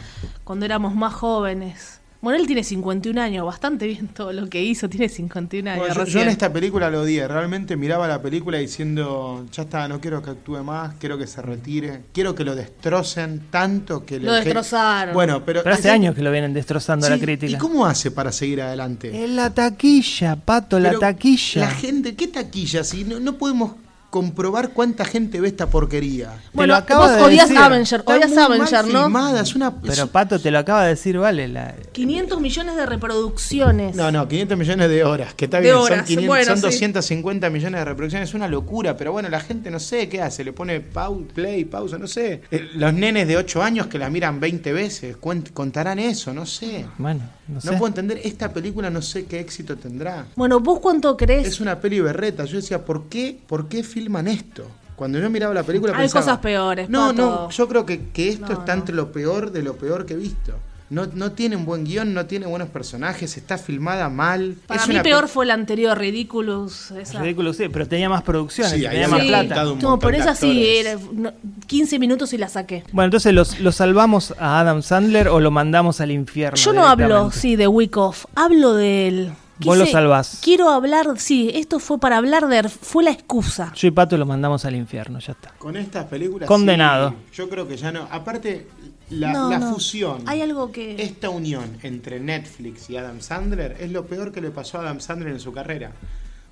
Speaker 3: cuando éramos más jóvenes. Bueno, él tiene 51 años, bastante bien todo lo que hizo, tiene 51 años.
Speaker 4: Bueno, yo, yo
Speaker 3: Ah, recién.
Speaker 4: en esta película lo odié, realmente miraba la película diciendo, ya está, no quiero que actúe más, quiero que se retire, quiero que lo destrocen tanto que le-
Speaker 3: Lo
Speaker 4: que-
Speaker 3: destrozaron.
Speaker 4: Bueno, pero,
Speaker 2: Pero hace
Speaker 4: Sí,
Speaker 2: años que lo vienen destrozando a la
Speaker 4: sí,
Speaker 2: crítica.
Speaker 4: ¿Y cómo hace para seguir adelante?
Speaker 2: En la taquilla, pato, la
Speaker 4: Pero
Speaker 2: taquilla.
Speaker 4: La gente, ¿qué taquilla? Si no, no podemos comprobar cuánta gente ve esta porquería.
Speaker 3: bueno,
Speaker 2: lo acabo
Speaker 3: vos
Speaker 2: de
Speaker 3: odias
Speaker 2: decir.
Speaker 3: Avenger,
Speaker 4: Está
Speaker 3: odias
Speaker 4: muy mal
Speaker 3: Avenger, ¿no?
Speaker 4: filmada, es una-
Speaker 2: Pero
Speaker 4: es-
Speaker 2: Pato te lo acaba de decir, vale. La...
Speaker 3: 500 millones de reproducciones.
Speaker 4: no, no, 500 millones de horas, que está
Speaker 3: De
Speaker 4: bien, son,
Speaker 3: horas,
Speaker 4: 500,
Speaker 3: bueno,
Speaker 4: son
Speaker 3: sí.
Speaker 4: 250 millones de reproducciones, es una locura, pero bueno, la gente no sé qué hace, le pone pau, play, pausa, no sé. Eh, Los nenes de 8 años que la miran 20 veces, cuen- contarán eso, no sé.
Speaker 2: Bueno, no sé.
Speaker 4: No puedo entender, esta película no sé qué éxito tendrá.
Speaker 3: Bueno, ¿vos cuánto crees?
Speaker 4: Es una peli berreta. Yo decía, ¿por qué, ¿por qué filman esto? Cuando yo miraba la película
Speaker 3: Hay
Speaker 4: pensaba,
Speaker 3: cosas peores,
Speaker 4: No,
Speaker 3: Pato.
Speaker 4: no, yo creo que, que esto
Speaker 3: No,
Speaker 4: está
Speaker 3: no.
Speaker 4: entre lo peor de lo peor que he visto. No, no tienen buen guión, no tiene buenos personajes, está filmada mal.
Speaker 3: Para
Speaker 4: Es
Speaker 3: mí
Speaker 4: una
Speaker 3: peor
Speaker 4: pe-
Speaker 3: fue la anterior, Ridiculous. Esa.
Speaker 2: Ridículo, sí, pero tenía más producciones,
Speaker 4: Sí, ahí
Speaker 2: tenía
Speaker 4: había
Speaker 2: más
Speaker 4: Sí.
Speaker 2: plata.
Speaker 4: un
Speaker 3: No,
Speaker 4: montón
Speaker 3: pero
Speaker 4: de
Speaker 3: esa sí,
Speaker 4: actores.
Speaker 3: era no, 15 minutos y la saqué.
Speaker 2: Bueno, entonces los- lo salvamos a Adam Sandler o lo mandamos al infierno.
Speaker 3: Yo no hablo,
Speaker 2: directamente?
Speaker 3: sí, de Week Off, hablo de él.
Speaker 2: Vos lo salvás.
Speaker 3: Quiero hablar, sí, esto fue para hablar de. fue la excusa.
Speaker 2: Yo y Pato lo mandamos al infierno, ya está.
Speaker 4: Con estas películas.
Speaker 2: Condenado.
Speaker 4: sí, yo creo que ya no. Aparte, la,
Speaker 3: No,
Speaker 4: la
Speaker 3: no.
Speaker 4: fusión.
Speaker 3: Hay algo que-
Speaker 4: Esta unión entre Netflix y Adam Sandler es lo peor que le pasó a Adam Sandler en su carrera.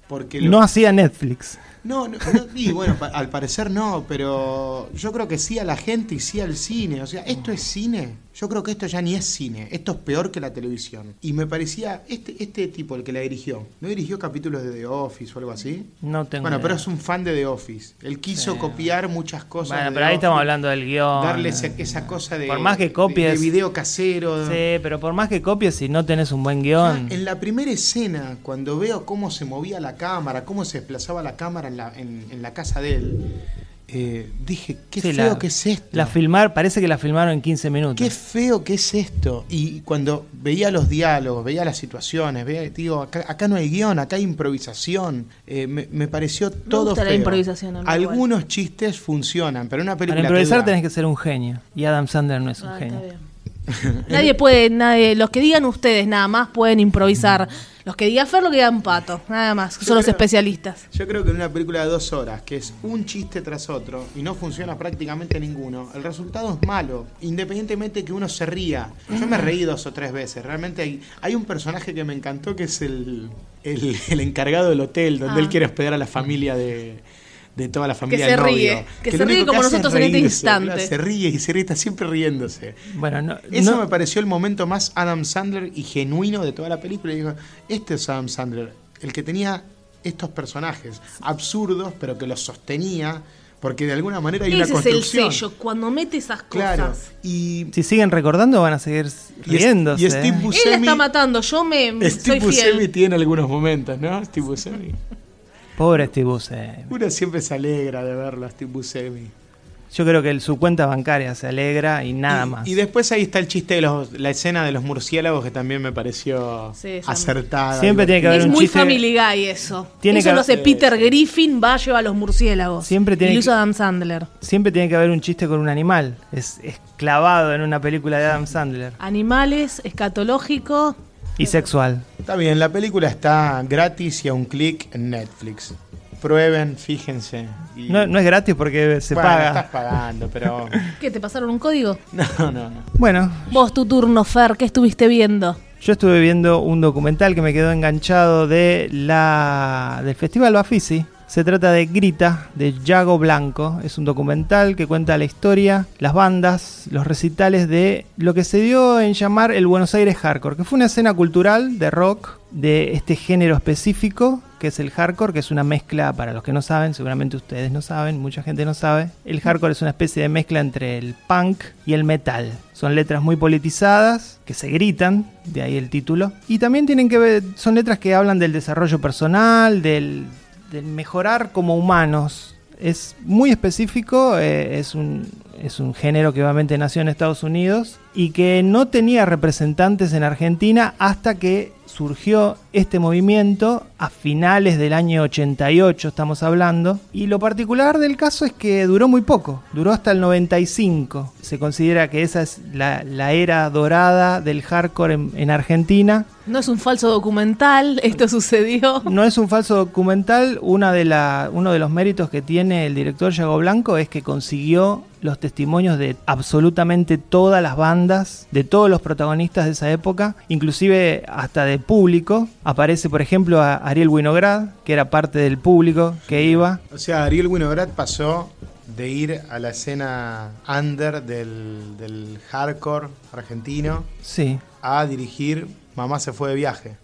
Speaker 4: Porque lo-
Speaker 2: No hacía Netflix.
Speaker 4: No, no, no, y bueno, pa- al parecer no, pero yo creo que sí a la gente y sí al cine. O sea, ¿esto es cine? Yo creo que esto ya ni es cine. Esto es peor que la televisión. Y me parecía, este, este tipo, el que la dirigió, ¿no dirigió capítulos de The Office o algo así?
Speaker 2: No tengo.
Speaker 4: bueno,
Speaker 2: idea.
Speaker 4: pero es un fan de The Office. Él quiso copiar muchas cosas.
Speaker 2: Bueno,
Speaker 4: de
Speaker 2: pero
Speaker 4: The
Speaker 2: ahí estamos
Speaker 4: Office,
Speaker 2: hablando del guión. eh,
Speaker 4: Darle esa, esa cosa de.
Speaker 2: Por más que
Speaker 4: de-
Speaker 2: copies-
Speaker 4: De, video casero.
Speaker 2: Sí, pero por más que copies, si no tenés un buen guión.
Speaker 4: En la primera escena, cuando veo cómo se movía la cámara, cómo se desplazaba la cámara en la, en, en la casa de él, eh, dije, qué
Speaker 2: Sí, la-
Speaker 4: feo que es esto.
Speaker 2: La filmar, parece que la filmaron en 15 minutos.
Speaker 4: qué feo que es esto. Y cuando veía los diálogos, veía las situaciones, veía, digo, acá, acá no hay guión, acá hay improvisación. Eh, me, me pareció todo
Speaker 3: gusta la
Speaker 4: feo.
Speaker 3: improvisación a mí
Speaker 4: Algunos chistes funcionan, pero una película
Speaker 2: Para improvisar
Speaker 4: que dura-
Speaker 2: tenés que ser un genio. Y Adam Sandler no es un
Speaker 3: Ah, está
Speaker 2: genio.
Speaker 3: bien. Nadie puede, nadie, los que digan ustedes nada más pueden improvisar. Los que diga Fer, lo que digan Pato, nada más. Son
Speaker 4: Yo
Speaker 3: los
Speaker 4: creo-
Speaker 3: especialistas.
Speaker 4: Yo creo que en una película de dos horas, que es un chiste tras otro y no funciona prácticamente ninguno, el resultado es malo, independientemente que uno se ría. Yo me reí dos o tres veces. Realmente hay, hay un personaje que me encantó que es el, el, el encargado del hotel, donde
Speaker 3: Ah.
Speaker 4: él quiere hospedar a la familia de. de toda la familia
Speaker 3: se
Speaker 4: del novio.
Speaker 3: ríe, que se
Speaker 4: lo único
Speaker 3: ríe como
Speaker 4: hace es
Speaker 3: nosotros en este
Speaker 4: reírse,
Speaker 3: instante.
Speaker 4: claro, Se ríe y se ríe, está siempre riéndose.
Speaker 2: Bueno, no,
Speaker 4: Eso
Speaker 2: no-
Speaker 4: me pareció el momento más Adam Sandler y genuino de toda la película. Y digo, este es Adam Sandler, el que tenía estos personajes absurdos, pero que los sostenía, porque de alguna manera hay una
Speaker 3: Ese es el
Speaker 4: construcción.
Speaker 3: sello, cuando mete esas cosas.
Speaker 4: Claro. Y,
Speaker 2: si siguen recordando van a seguir s-
Speaker 4: y-
Speaker 2: riéndose.
Speaker 4: y Steve
Speaker 2: ¿eh?
Speaker 3: Él la
Speaker 4: Buscemi,
Speaker 3: está matando, yo me Mm,
Speaker 4: Steve
Speaker 3: soy fiel.
Speaker 4: Buscemi tiene algunos momentos, ¿no? Steve Buscemi.
Speaker 2: Pobre Steve Buscemi.
Speaker 4: Uno siempre se alegra de verlo a Steve Buscemi.
Speaker 2: Yo creo que el- su cuenta bancaria se alegra y nada
Speaker 4: y,
Speaker 2: más.
Speaker 4: Y después ahí está el chiste de los, la escena de los murciélagos que también me pareció
Speaker 3: Sí, esa-
Speaker 4: acertada.
Speaker 2: Siempre tiene que haber
Speaker 3: Es
Speaker 2: un
Speaker 3: muy
Speaker 2: chiste.
Speaker 3: Family Guy eso.
Speaker 2: Tiene
Speaker 3: eso
Speaker 2: que
Speaker 3: lo
Speaker 2: haber-
Speaker 3: hace Peter Griffin, va, lleva a los murciélagos.
Speaker 2: Siempre tiene
Speaker 3: y lo
Speaker 2: que-
Speaker 3: hizo Adam Sandler.
Speaker 2: Siempre tiene que haber un chiste con un animal. Es, es clavado en una película de Adam Sandler.
Speaker 3: Animales, escatológico.
Speaker 2: Y sexual.
Speaker 4: Está bien, la película está gratis y a un clic en Netflix. Prueben, fíjense. y-
Speaker 2: No, no es gratis porque se
Speaker 4: Bueno, Estás
Speaker 2: paga.
Speaker 4: pagando, pero.
Speaker 3: ¿Qué? ¿Te pasaron un código?
Speaker 4: No, no, no.
Speaker 2: Bueno,
Speaker 3: Vos, tu turno, Fer, ¿qué estuviste viendo?
Speaker 2: yo estuve viendo un documental que me quedó enganchado de la del Festival Bafisi. Se trata de Grita, de Yago Blanco. Es un documental que cuenta la historia, las bandas, los recitales de lo que se dio en llamar el Buenos Aires Hardcore, que fue una escena cultural de rock de este género específico, que es el hardcore, que es una mezcla, para los que no saben, seguramente ustedes no saben, mucha gente no sabe, el hardcore es una especie de mezcla entre el punk y el metal. Son letras muy politizadas, que se gritan, de ahí el título, y también tienen que ver, son letras que hablan del desarrollo personal, del, del mejorar como humanos. Es muy específico, eh, es, un, es un género que obviamente nació en Estados Unidos y que no tenía representantes en Argentina hasta que surgió este movimiento a finales del año 88, estamos hablando. Y lo particular del caso es que duró muy poco, duró hasta el 95. Se considera que esa es la, la era dorada del hardcore en- en Argentina.
Speaker 3: No es un falso documental, esto sucedió.
Speaker 2: No es un falso documental. Una de la- uno de los méritos que tiene el director Yago Blanco es que consiguió los testimonios de absolutamente todas las bandas, de todos los protagonistas de esa época, inclusive hasta de público. Aparece, por ejemplo, a Ariel Winograd, que era parte del público que iba.
Speaker 4: O sea, Ariel Winograd pasó de ir a la escena under del, del hardcore argentino
Speaker 2: Sí.
Speaker 4: a dirigir Mamá se fue de viaje.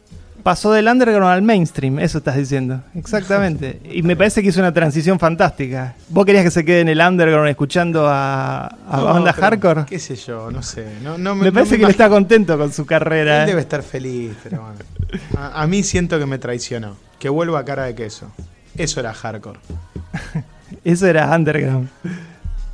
Speaker 2: Pasó del underground al mainstream, eso estás diciendo. Exactamente. Y me parece que hizo una transición fantástica. ¿Vos querías que se quede en el underground escuchando a, a
Speaker 4: No,
Speaker 2: banda
Speaker 4: pero,
Speaker 2: hardcore?
Speaker 4: ¿Qué sé yo? No sé. No, no
Speaker 2: Me
Speaker 4: no
Speaker 2: parece que él
Speaker 4: imagino.
Speaker 2: está contento con su carrera.
Speaker 4: Él
Speaker 2: ¿eh?
Speaker 4: debe estar feliz, pero bueno. A, a mí siento que me traicionó. Que vuelva a cara de queso. Eso era hardcore.
Speaker 2: Eso era underground.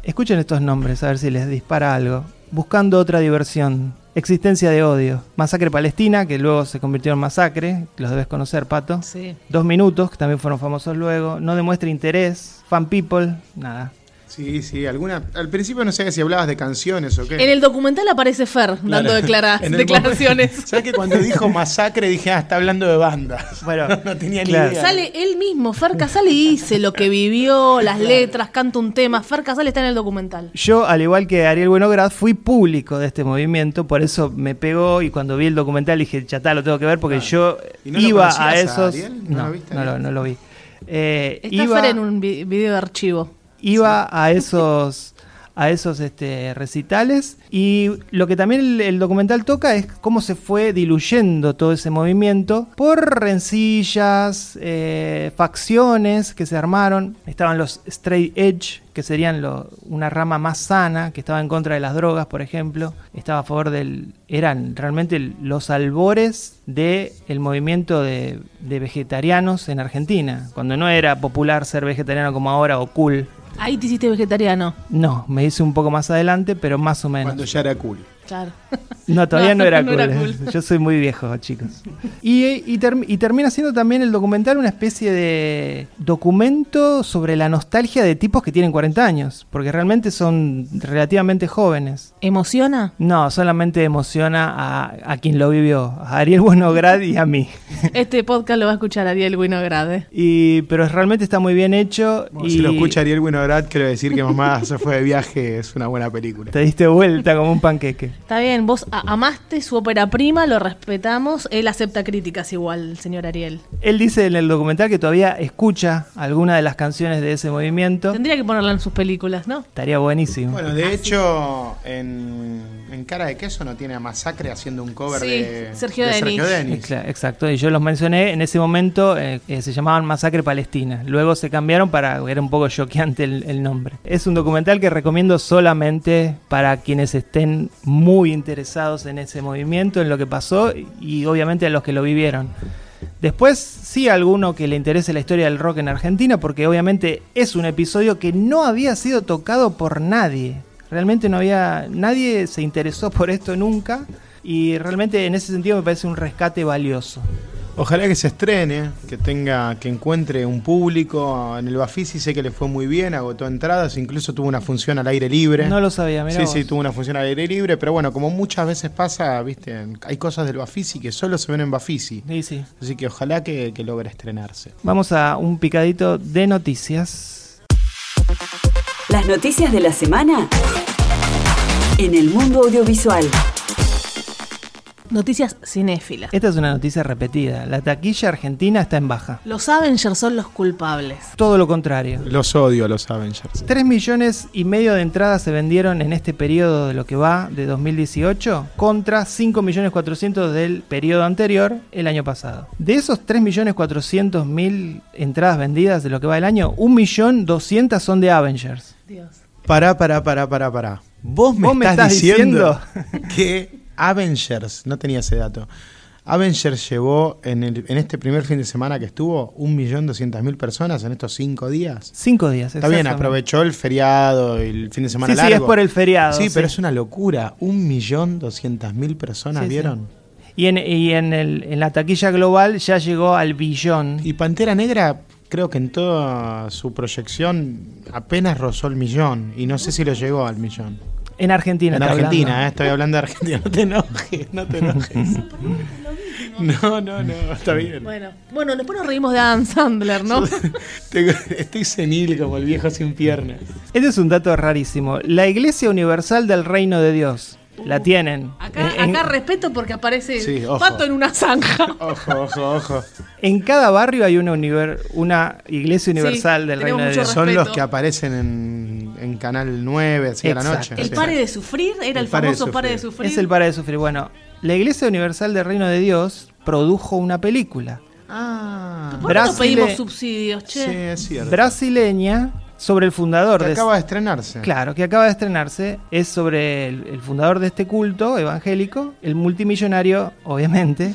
Speaker 2: Escuchen estos nombres, a ver si les dispara algo. Buscando otra diversión. Existencia de odio. Masacre Palestina, que luego se convirtió en masacre. Los debes conocer, Pato.
Speaker 3: Sí.
Speaker 2: Dos minutos, que también fueron famosos luego. No demuestra interés. Fan People. Nada.
Speaker 4: Sí, sí, alguna. Al principio no sé si hablabas de canciones o qué.
Speaker 3: En el documental aparece Fer dando declara-
Speaker 4: En el
Speaker 3: declaraciones.
Speaker 4: momento- ¿Sabes que cuando dijo masacre dije, ah, está hablando de bandas?
Speaker 2: Bueno,
Speaker 4: no tenía
Speaker 2: claro.
Speaker 4: ni idea.
Speaker 3: Sale él mismo, Fer Casale dice lo que vivió, las letras, canta un tema. Fer Casale está en el documental.
Speaker 2: Yo, al igual que Ariel Buenograd, fui público de este movimiento, por eso me pegó y cuando vi el documental dije, ya está, lo tengo que ver porque yo
Speaker 4: Ah. ¿Y no lo
Speaker 2: iba
Speaker 4: conocías
Speaker 2: a
Speaker 4: a
Speaker 2: esos...
Speaker 4: Ariel?
Speaker 2: No,
Speaker 4: ¿No
Speaker 2: no,
Speaker 4: lo viste,
Speaker 2: lo,
Speaker 4: Ariel?
Speaker 2: no lo vi. Eh,
Speaker 3: Está
Speaker 2: iba-
Speaker 3: Fer en un vi- video de archivo.
Speaker 2: iba a esos a esos este, recitales y lo que también el, el documental toca es cómo se fue diluyendo todo ese movimiento por rencillas, eh, facciones que se armaron, estaban los straight edge, que serían lo- una rama más sana, que estaba en contra de las drogas, por ejemplo, estaba a favor del... eran realmente los albores del movimiento de, de vegetarianos en Argentina, cuando no era popular ser vegetariano como ahora o cool.
Speaker 3: Ahí te hiciste vegetariano.
Speaker 2: No, me hice un poco más adelante, pero más o menos.
Speaker 4: Cuando ya era cool.
Speaker 3: Claro.
Speaker 2: No, todavía no,
Speaker 3: No,
Speaker 2: era
Speaker 3: no
Speaker 2: cool.
Speaker 3: era cool.
Speaker 2: Yo soy muy viejo, chicos. Y, y term- y termina siendo también el documental una especie de documento sobre la nostalgia de tipos que tienen 40 años, porque realmente son relativamente jóvenes.
Speaker 3: ¿Emociona?
Speaker 2: No, solamente emociona a, a quien lo vivió, a Ariel Buenograd y a mí.
Speaker 3: Este podcast lo va a escuchar Ariel ¿eh? Winograde.
Speaker 2: Y, pero realmente está muy bien hecho.
Speaker 4: Bueno,
Speaker 2: y
Speaker 4: Si lo escucha Ariel Winograd, quiero decir que Mamá se fue de viaje, es una buena película.
Speaker 2: Te diste vuelta como un panqueque.
Speaker 3: Está bien, vos a- amaste su ópera prima, lo respetamos. Él acepta críticas igual, señor Ariel.
Speaker 2: Él dice en el documental que todavía escucha alguna de las canciones de ese movimiento.
Speaker 3: Tendría que ponerla en sus películas, ¿no?
Speaker 2: Estaría buenísimo.
Speaker 4: Bueno, de hecho, en, en Cara de Queso no tiene a Masacre haciendo un cover
Speaker 3: Sí,
Speaker 4: de
Speaker 3: Sergio
Speaker 4: de
Speaker 3: Denis.
Speaker 4: Denis.
Speaker 2: Exa- Exacto, y yo los mencioné en ese momento, eh, eh, se llamaban Masacre Palestina. Luego se cambiaron para, era un poco choqueante el, el nombre. Es un documental que recomiendo solamente para quienes estén muy interesados en ese movimiento, en lo que pasó y, y obviamente a los que lo vivieron. Después, sí, a alguno que le interese la historia del rock en Argentina, porque obviamente es un episodio que no había sido tocado por nadie. Realmente no había. Nadie se interesó por esto nunca. Y realmente en ese sentido me parece un rescate valioso.
Speaker 4: Ojalá que se estrene, que tenga, que encuentre un público en el Bafisi. Sé que le fue muy bien, agotó entradas, incluso tuvo una función al aire libre.
Speaker 2: No lo sabía, mira.
Speaker 4: Sí, sí, tuvo una función al aire libre, pero bueno, como muchas veces pasa, viste, hay cosas del Bafisi que solo se ven en Bafisi.
Speaker 2: Sí, sí.
Speaker 4: Así que ojalá que, que logre estrenarse.
Speaker 2: Vamos a un picadito de noticias.
Speaker 1: Las noticias de la semana en el mundo audiovisual.
Speaker 3: Noticias cinéfilas.
Speaker 2: Esta es una noticia repetida. La taquilla argentina está en baja.
Speaker 3: Los Avengers son los culpables.
Speaker 2: Todo lo contrario.
Speaker 4: Los odio a los Avengers.
Speaker 2: 3 millones y medio de entradas se vendieron en este periodo de lo que va de 2018 contra 5 millones 400 del periodo anterior el año pasado. De esos 3 millones 400 mil entradas vendidas de lo que va el año, 1 millón 200 son de Avengers.
Speaker 3: Dios.
Speaker 4: Pará, pará, pará, pará, pará. Vos me,
Speaker 2: ¿Vos me
Speaker 4: estás,
Speaker 2: estás
Speaker 4: diciendo, que Avengers, no tenía ese dato, Avengers llevó en, el- en este primer fin de semana que estuvo 1.200.000 personas en estos cinco días.
Speaker 2: 5 días.
Speaker 4: Está bien,
Speaker 2: exactamente.
Speaker 4: aprovechó el feriado y el fin de semana
Speaker 2: Sí, sí,
Speaker 4: largo.
Speaker 2: es por el feriado,
Speaker 4: Sí,
Speaker 2: sí.
Speaker 4: pero es una locura. 1.200.000 personas
Speaker 2: Sí, sí.
Speaker 4: vieron.
Speaker 2: Y, en, y en, el- en la taquilla global ya llegó al billón.
Speaker 4: Y Pantera Negra, creo que en toda su proyección apenas rozó el millón. Y no sé si lo llegó al millón.
Speaker 2: en Argentina.
Speaker 4: En
Speaker 2: está
Speaker 4: Argentina,
Speaker 2: hablando.
Speaker 4: eh, estoy hablando de Argentina. No te enojes, no te enojes. No, no, no, está bien.
Speaker 3: Bueno, bueno, después nos reímos de Adam Sandler, ¿no?
Speaker 4: Tengo- Estoy senil como el viejo sin piernas.
Speaker 2: Este es un dato rarísimo. La Iglesia Universal del Reino de Dios. La tienen.
Speaker 3: Acá,
Speaker 2: En- en-
Speaker 3: acá respeto porque aparece
Speaker 4: Eh, Sí, ojo.
Speaker 3: pato en una zanja.
Speaker 4: Ojo, ojo, ojo.
Speaker 2: En cada barrio hay una, univer- una iglesia universal del
Speaker 3: tenemos
Speaker 2: Reino de
Speaker 3: mucho
Speaker 2: Dios.
Speaker 3: respeto.
Speaker 4: Son los que aparecen en, en Canal 9, así a la
Speaker 2: Exacto.
Speaker 4: noche.
Speaker 3: El
Speaker 4: Sí.
Speaker 3: pare de sufrir era el,
Speaker 4: El pare de
Speaker 3: famoso pare de
Speaker 4: sufrir.
Speaker 3: sufrir.
Speaker 2: Es el para de sufrir. Bueno, la Iglesia Universal del Reino de Dios produjo una película
Speaker 4: Ah,
Speaker 3: ¿Por qué no
Speaker 2: Brasil-
Speaker 3: pedimos subsidios,
Speaker 4: sí,
Speaker 3: che?
Speaker 4: es cierto.
Speaker 2: brasileña sobre el fundador
Speaker 4: Que
Speaker 2: de este,
Speaker 4: acaba de estrenarse.
Speaker 2: Claro, que acaba de estrenarse, es sobre el, el fundador de este culto evangélico, el multimillonario, obviamente,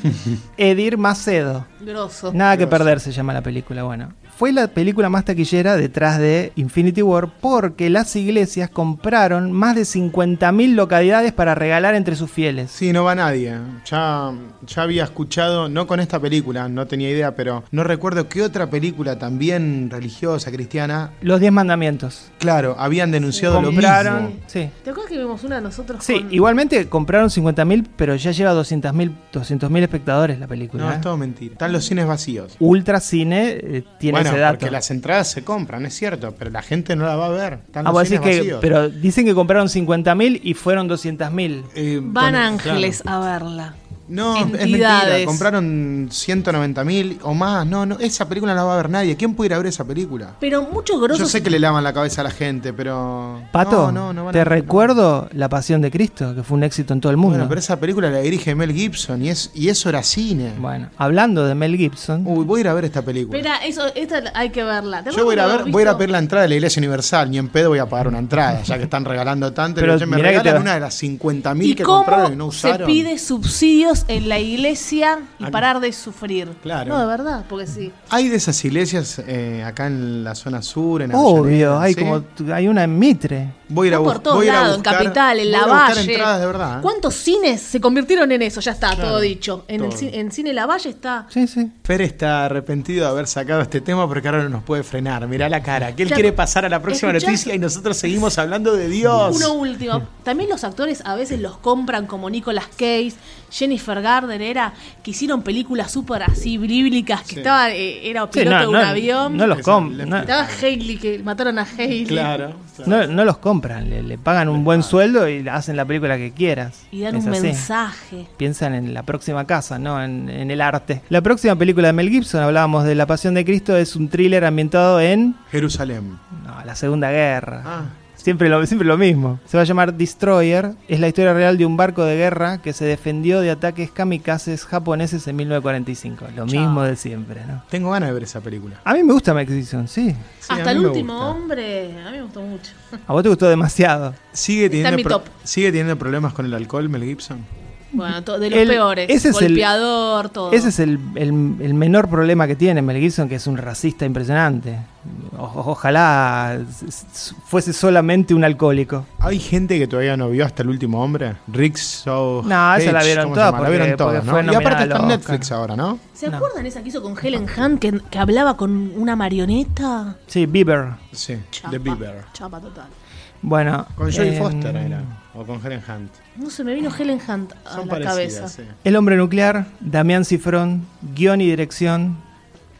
Speaker 2: Edir Macedo.
Speaker 3: Grosso.
Speaker 2: Nada que
Speaker 4: Grosso.
Speaker 2: perder se llama la película, bueno. Fue la película más taquillera detrás de Infinity War porque las iglesias compraron más de 50.000 localidades para regalar entre sus fieles.
Speaker 4: Sí, no va nadie. Ya, ya había escuchado, no con esta película, no tenía idea, pero no recuerdo qué otra película también religiosa, cristiana.
Speaker 2: Los 10 mandamientos.
Speaker 4: Claro, habían denunciado lo
Speaker 2: Compraron,
Speaker 4: mismo.
Speaker 2: sí.
Speaker 3: ¿Te acuerdas que vimos una nosotros
Speaker 2: Sí,
Speaker 3: con-
Speaker 2: igualmente compraron 50.000, pero ya lleva 200.000 200.000 espectadores la película.
Speaker 4: No,
Speaker 2: ¿eh?
Speaker 4: es todo mentira. Están los cines vacíos.
Speaker 2: Ultra Cine eh, tiene
Speaker 4: bueno,
Speaker 2: ese dato.
Speaker 4: porque las entradas se compran, es cierto, pero la gente no la va a ver. Están
Speaker 2: Ah,
Speaker 4: los
Speaker 2: vos
Speaker 4: cines
Speaker 2: decís que,
Speaker 4: vacíos.
Speaker 2: pero dicen que compraron 50.000 y fueron 200.000.
Speaker 4: Eh,
Speaker 3: Van
Speaker 4: bueno,
Speaker 3: Ángeles
Speaker 4: claro.
Speaker 3: a verla.
Speaker 4: No, es mentira.
Speaker 3: Entidades.
Speaker 4: Compraron 190 mil o más. No, no, esa película no la va a ver nadie. ¿Quién pudiera ver esa película?
Speaker 3: Pero muchos
Speaker 4: Yo
Speaker 3: grosos.
Speaker 4: sé que le lavan la cabeza a la gente, pero.
Speaker 2: Pato,
Speaker 4: No, no, no van
Speaker 2: te
Speaker 4: a-
Speaker 2: recuerdo La Pasión de Cristo, que fue un éxito en todo el mundo.
Speaker 4: Bueno,
Speaker 2: Bueno,
Speaker 4: pero esa película la dirige Mel Gibson y, es, y eso era cine.
Speaker 2: hablando de Mel Gibson,
Speaker 4: Uy, voy a ir a ver esta película.
Speaker 3: Espera, eso, esta hay que verla. ¿Te
Speaker 4: Yo voy a, ir a
Speaker 3: acuerdas
Speaker 4: ver,
Speaker 3: que
Speaker 4: voy a ir a
Speaker 3: habíamos
Speaker 4: pedir la entrada de la Iglesia Universal. Ni en pedo voy a pagar una entrada, ya que están regalando tanto.
Speaker 2: Pero
Speaker 4: Pero me
Speaker 2: mirá que te
Speaker 4: regalan
Speaker 2: va-
Speaker 4: una de las
Speaker 3: visto?
Speaker 4: 50.000
Speaker 3: ¿Y
Speaker 4: que
Speaker 3: cómo
Speaker 4: compraron y no usaron.
Speaker 3: se pide subsidios Dios en la iglesia y
Speaker 4: Ah,
Speaker 3: parar de sufrir.
Speaker 4: claro.
Speaker 3: No, de verdad, porque sí.
Speaker 4: Hay de esas iglesias eh, acá en la zona sur, en
Speaker 2: Obvio,
Speaker 4: Avellaneda,
Speaker 2: hay
Speaker 4: ¿sí?
Speaker 2: como hay una en Mitre.
Speaker 4: Voy a ir a
Speaker 3: No
Speaker 4: bus-
Speaker 3: por todos
Speaker 4: voy a ir a
Speaker 3: lados, en
Speaker 4: buscar-
Speaker 3: Capital, en
Speaker 4: voy
Speaker 3: La
Speaker 4: a ir a buscar
Speaker 3: Valle.
Speaker 4: entradas de verdad. ¿eh?
Speaker 3: ¿Cuántos cines se convirtieron en eso? Ya está,
Speaker 4: Claro,
Speaker 3: todo dicho. En, el
Speaker 4: todo.
Speaker 3: ci- en Cine La Valle está.
Speaker 2: Sí, sí.
Speaker 4: Fer está arrepentido de haber sacado este tema porque ahora no nos puede frenar. Mirá la cara. Que él
Speaker 3: Claro.
Speaker 4: quiere pasar a la próxima
Speaker 3: Escuchá.
Speaker 4: noticia y nosotros seguimos hablando de Dios.
Speaker 3: Uno último. También los actores a veces los compran como Nicolas Cage, Jennifer Garden era, que hicieron películas súper así bíblicas, que
Speaker 4: Sí.
Speaker 3: estaba, eh, era
Speaker 2: Sí,
Speaker 3: piloto de un avión.
Speaker 2: no los
Speaker 4: Esa,
Speaker 2: com-
Speaker 4: la-
Speaker 2: no-
Speaker 3: Estaba Hailey, que mataron a Hailey.
Speaker 4: Claro.
Speaker 2: no- no los compran, le, le pagan un
Speaker 4: Ah.
Speaker 2: buen sueldo y hacen la película que quieras.
Speaker 3: Y dan
Speaker 2: Es
Speaker 3: un
Speaker 2: así.
Speaker 3: mensaje.
Speaker 2: Piensan en la próxima casa, no en, en el arte. La próxima película de Mel Gibson, hablábamos de La Pasión de Cristo, es un thriller ambientado en
Speaker 4: Jerusalén.
Speaker 2: no, la Segunda Guerra.
Speaker 4: Ah,
Speaker 2: Siempre lo, siempre lo mismo. Se va a llamar Destroyer. Es la historia real de un barco de guerra que se defendió de ataques kamikazes japoneses en 1945. Lo mismo de siempre, ¿no?
Speaker 4: tengo ganas de ver esa película.
Speaker 2: A mí me gusta Mel Gibson, sí.
Speaker 4: Sí, a
Speaker 3: Hasta
Speaker 4: mí
Speaker 3: el
Speaker 4: me
Speaker 3: último
Speaker 4: gusta.
Speaker 3: hombre, a mí me gustó mucho.
Speaker 2: A vos te gustó demasiado.
Speaker 4: Sigue
Speaker 3: Está en
Speaker 4: teniendo,
Speaker 3: mi
Speaker 4: pro-
Speaker 3: top.
Speaker 4: sigue teniendo problemas con el alcohol, Mel Gibson.
Speaker 3: Bueno, to- de los
Speaker 2: El-
Speaker 3: peores.
Speaker 2: ese es el-
Speaker 3: Golpeador, todo.
Speaker 2: Ese es el, el- el menor problema que tiene Mel Gibson, que es un racista impresionante. O- ojalá s- s- fuese solamente un alcohólico.
Speaker 4: Hay gente que todavía no vio hasta el último hombre. Rick So.
Speaker 2: No, esa la vieron todas
Speaker 4: La
Speaker 2: porque-
Speaker 4: vieron todas,
Speaker 2: porque fue
Speaker 4: ¿no? Y aparte
Speaker 2: nominada
Speaker 4: está en
Speaker 2: al
Speaker 4: Netflix
Speaker 2: Oscar.
Speaker 4: ahora, ¿no?
Speaker 3: ¿Se
Speaker 2: No.
Speaker 3: acuerdan esa que hizo con Helen Hunt, que, que hablaba con una marioneta?
Speaker 2: Sí, Bieber.
Speaker 4: Sí.
Speaker 3: Chapa,
Speaker 4: The Beaver.
Speaker 3: Chapa total.
Speaker 2: Bueno.
Speaker 4: Con Jodie
Speaker 2: eh,
Speaker 4: Foster era. O con Helen Hunt.
Speaker 3: No se me vino Helen Hunt a
Speaker 4: Son
Speaker 3: Ah, la
Speaker 4: parecidas.
Speaker 3: cabeza.
Speaker 4: sí.
Speaker 2: El hombre nuclear, Damián Cifrón, guión y dirección.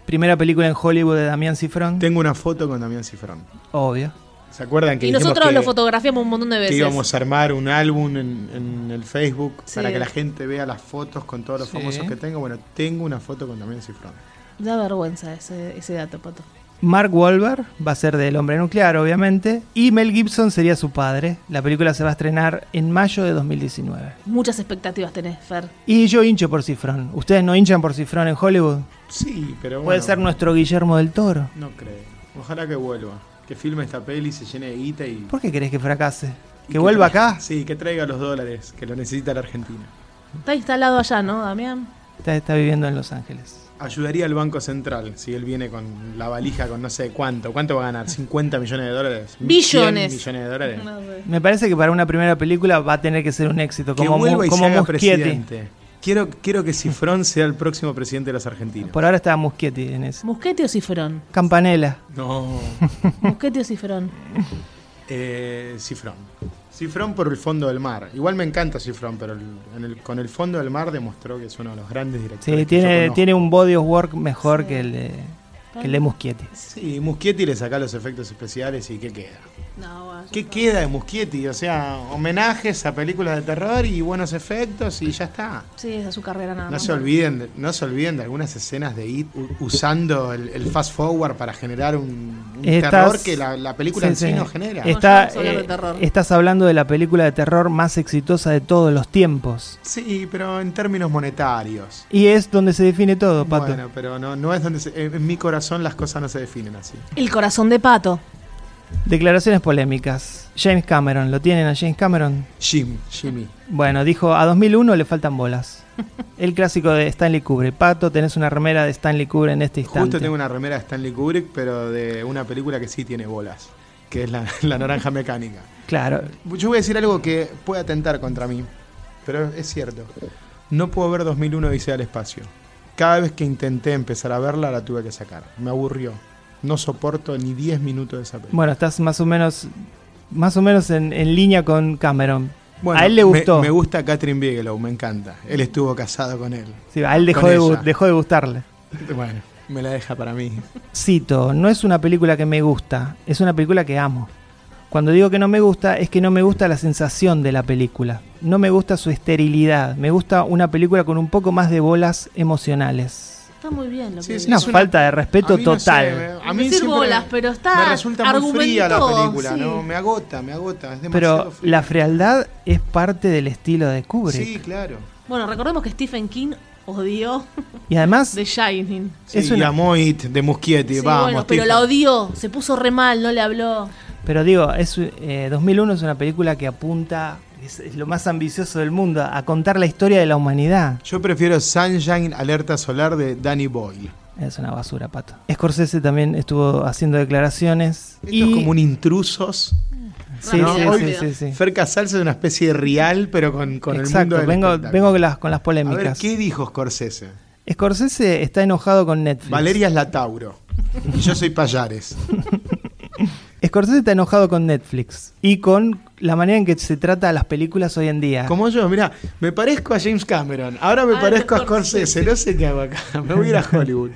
Speaker 2: Primera película en Hollywood de Damián Cifrón.
Speaker 4: Tengo una foto con Damián Cifrón.
Speaker 2: Obvio.
Speaker 4: ¿Se acuerdan que
Speaker 3: Y
Speaker 4: dijimos
Speaker 3: nosotros
Speaker 4: que-
Speaker 3: lo fotografiamos un montón de
Speaker 4: que
Speaker 3: veces.
Speaker 4: íbamos a armar un álbum en, en el Facebook
Speaker 3: Sí.
Speaker 4: para que la gente vea las fotos con todos los
Speaker 2: Sí.
Speaker 4: famosos que tengo. Bueno, tengo una foto con Damián Cifrón.
Speaker 3: Da vergüenza ese, ese dato, Pato.
Speaker 2: Mark Wahlberg va a ser del hombre nuclear, obviamente. Y Mel Gibson sería su padre. La película se va a estrenar en mayo de 2019.
Speaker 3: Muchas expectativas tenés, Fer.
Speaker 2: Y yo hincho por Cifrón. ¿Ustedes no hinchan por Cifrón en Hollywood?
Speaker 4: Sí, pero
Speaker 2: Puede
Speaker 4: bueno,
Speaker 2: ser nuestro Guillermo del Toro.
Speaker 4: No creo. Ojalá que vuelva. Que filme esta peli, se llene de guita y...
Speaker 2: ¿Por qué querés que fracase?
Speaker 4: y
Speaker 2: ¿Que vuelva
Speaker 4: traiga-
Speaker 2: acá?
Speaker 4: Sí, que traiga los dólares, que lo necesita la Argentina.
Speaker 3: Está instalado allá, ¿no, Damián?
Speaker 2: Está, está viviendo en Los Ángeles.
Speaker 4: Ayudaría al Banco Central si él viene con la valija con no sé cuánto. ¿Cuánto va a ganar? ¿50 millones de dólares? ¿100
Speaker 3: Billones.
Speaker 4: millones de dólares?
Speaker 3: No sé.
Speaker 2: Me parece que para una primera película va a tener que ser un éxito.
Speaker 4: Que
Speaker 2: Como, Mu-
Speaker 4: vuelva y
Speaker 2: como
Speaker 4: se haga
Speaker 2: Muschietti.
Speaker 4: presidente. Quiero, quiero que Cifrón sea el próximo presidente de los argentinos.
Speaker 2: Por ahora estaba Muschietti en ese.
Speaker 3: ¿Mosquete o Ciferón?
Speaker 2: Campanella.
Speaker 4: No.
Speaker 3: ¿Mosquete o Ciferón?
Speaker 4: Eh, Cifrón. Cifrón por el fondo del mar. Igual me encanta Cifrón, pero el- en el- con el fondo del mar demostró que es uno de los grandes
Speaker 2: Sí,
Speaker 4: directores. que yo
Speaker 2: tiene,
Speaker 4: conozco.
Speaker 2: tiene un body of work mejor que el de, que el de Muschietti.
Speaker 4: Sí, Muschietti le saca los efectos especiales y ¿qué queda?
Speaker 3: No, bueno.
Speaker 4: ¿Qué queda de Muschietti? O sea, homenajes a películas de terror y buenos efectos y ya está.
Speaker 3: Sí, esa es su carrera nada
Speaker 4: No
Speaker 3: más.
Speaker 4: se olviden, de- no se olviden de algunas escenas de IT u- usando el, el fast forward para generar un, un
Speaker 2: Estas-
Speaker 4: terror que la, la película
Speaker 2: Sí,
Speaker 4: en sí,
Speaker 2: sí.
Speaker 4: no genera.
Speaker 3: Es-
Speaker 2: Está,
Speaker 3: No, ya vamos a hablar
Speaker 2: eh,
Speaker 3: de terror.
Speaker 2: estás hablando de la película de terror más exitosa de todos los tiempos.
Speaker 4: Sí, pero en términos monetarios.
Speaker 2: Y es donde se define todo, Pato.
Speaker 4: Bueno, pero no, no es donde se- en, en mi corazón las cosas no se definen así.
Speaker 3: El corazón de Pato.
Speaker 2: Declaraciones polémicas. James Cameron, ¿lo tienen a James Cameron?
Speaker 4: Jim, Jimmy.
Speaker 2: Bueno, dijo, a 2001 le faltan bolas. El clásico de Stanley Kubrick. Pato, tenés una remera de Stanley Kubrick en este instante.
Speaker 4: Justo tengo una remera de Stanley Kubrick, pero de una película que sí tiene bolas, que es la, la naranja mecánica.
Speaker 2: Claro,
Speaker 4: Yo voy a decir algo que puede atentar contra mí, pero es cierto. No puedo ver 2001 Odisea al espacio. Cada vez que intenté empezar a verla la tuve que sacar. Me aburrió. No soporto ni 10 minutos de esa película.
Speaker 2: bueno, estás más o menos, más o menos en, en línea con Cameron.
Speaker 4: Bueno,
Speaker 2: a él le
Speaker 4: me-
Speaker 2: gustó.
Speaker 4: Me, gusta Catherine Bigelow, me encanta. Él estuvo casado con él.
Speaker 2: Sí, a él dejó
Speaker 4: con
Speaker 2: de, gu-
Speaker 4: ella.
Speaker 2: dejó de gustarle.
Speaker 4: Bueno, me la deja para mí.
Speaker 2: Cito, no es una película que me gusta, es una película que amo. Cuando digo que no me gusta, es que no me gusta la sensación de la película. No me gusta su esterilidad. Me gusta una película con un poco más de bolas emocionales.
Speaker 3: Está muy bien lo
Speaker 4: Sí,
Speaker 3: que
Speaker 2: Es
Speaker 4: Es
Speaker 3: dice.
Speaker 2: una,
Speaker 4: una-
Speaker 2: falta de respeto
Speaker 4: A mí no
Speaker 2: total.
Speaker 4: sé, me-
Speaker 3: Decir
Speaker 4: siempre
Speaker 3: bolas, pero está
Speaker 4: Me resulta muy fría la
Speaker 3: argumentó,
Speaker 4: película,
Speaker 3: sí.
Speaker 4: ¿no? Me agota, me agota. Es demasiado
Speaker 2: Pero
Speaker 4: fría.
Speaker 2: la frialdad es parte del estilo de Kubrick.
Speaker 4: Sí, claro.
Speaker 3: Bueno, recordemos que Stephen King odió
Speaker 2: Y además,
Speaker 3: The Shining.
Speaker 4: Sí,
Speaker 2: Es una-
Speaker 4: y amó It de Muschietti,
Speaker 3: Sí,
Speaker 4: vamos.
Speaker 3: bueno, pero
Speaker 4: Stephen.
Speaker 3: la odió, se puso re mal, no le habló.
Speaker 2: pero digo, es eh, 2001 es una película que apunta es, es lo más ambicioso del mundo, a contar la historia de la humanidad.
Speaker 4: Yo prefiero Sunshine Alerta Solar de Danny Boyle.
Speaker 2: Es una basura, pato. Scorsese también estuvo haciendo declaraciones.
Speaker 4: Esto es como un intrusos.
Speaker 2: Sí,
Speaker 4: ¿no?
Speaker 2: sí,
Speaker 4: Hoy
Speaker 2: sí, sí, sí.
Speaker 4: Fer Casals es una especie de real, pero con, con el mundo
Speaker 2: Exacto,
Speaker 4: del
Speaker 2: vengo,
Speaker 4: espectáculo.
Speaker 2: vengo con las, con las
Speaker 4: A
Speaker 2: polémicas.
Speaker 4: ver, ¿qué dijo Scorsese?
Speaker 2: Scorsese está enojado con Netflix.
Speaker 4: Valeria es la Tauro. Y yo soy Payares.
Speaker 2: Scorsese está enojado con Netflix y con la manera en que se trata a las películas hoy en día.
Speaker 4: Como yo, mira, me parezco a James Cameron. Ahora me
Speaker 3: Ah,
Speaker 4: parezco a
Speaker 3: Scorsese.
Speaker 4: Scorsese. No sé qué hago acá. Me voy a ir a Hollywood.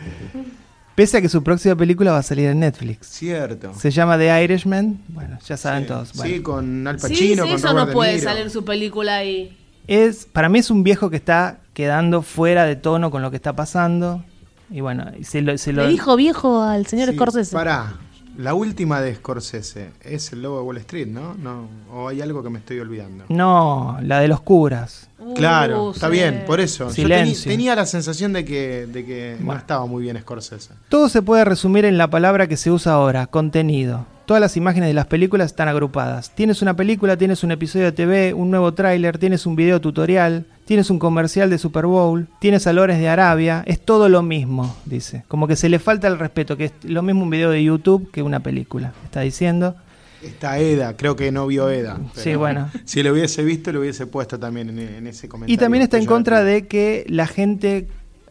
Speaker 2: Pese a que su próxima película va a salir en Netflix.
Speaker 4: Cierto.
Speaker 2: Se llama The Irishman. Bueno, ya saben todos. Bueno.
Speaker 4: Sí, con Al Pacino,
Speaker 5: Sí, sí,
Speaker 4: con
Speaker 5: eso
Speaker 4: Robert
Speaker 5: no
Speaker 4: De
Speaker 5: puede
Speaker 4: Niro.
Speaker 5: salir su película ahí.
Speaker 2: Es, para mí es un viejo que está quedando fuera de tono con lo que está pasando. Y bueno, y se lo, se lo-
Speaker 3: Le dijo viejo al señor
Speaker 4: Sí,
Speaker 3: Scorsese.
Speaker 4: Pará. La última de Scorsese es el lobo de Wall Street, ¿no? no o hay algo que me estoy olvidando.
Speaker 2: No, la de los curas.
Speaker 5: Uh,
Speaker 4: Claro, está
Speaker 5: sí.
Speaker 4: bien, por eso. Yo
Speaker 2: Silencio.
Speaker 4: teni- tenía la sensación de que, de que no
Speaker 2: Bueno.
Speaker 4: estaba muy bien Scorsese.
Speaker 2: Todo se puede resumir en la palabra que se usa ahora, contenido. Todas las imágenes de las películas están agrupadas. Tienes una película, tienes un episodio de TV, un nuevo tráiler, tienes un video tutorial, tienes un comercial de Super Bowl, tienes a Lores de Arabia, es todo lo mismo, dice. Como que se le falta el respeto, que es lo mismo un video de YouTube que una película, está diciendo.
Speaker 4: Está Eda, creo que no vio Eda.
Speaker 2: Sí,
Speaker 4: pero
Speaker 2: bueno.
Speaker 4: Si lo hubiese visto, lo hubiese puesto también en, en ese comentario.
Speaker 2: Y también está en contra
Speaker 4: peyorativo.
Speaker 2: de que la gente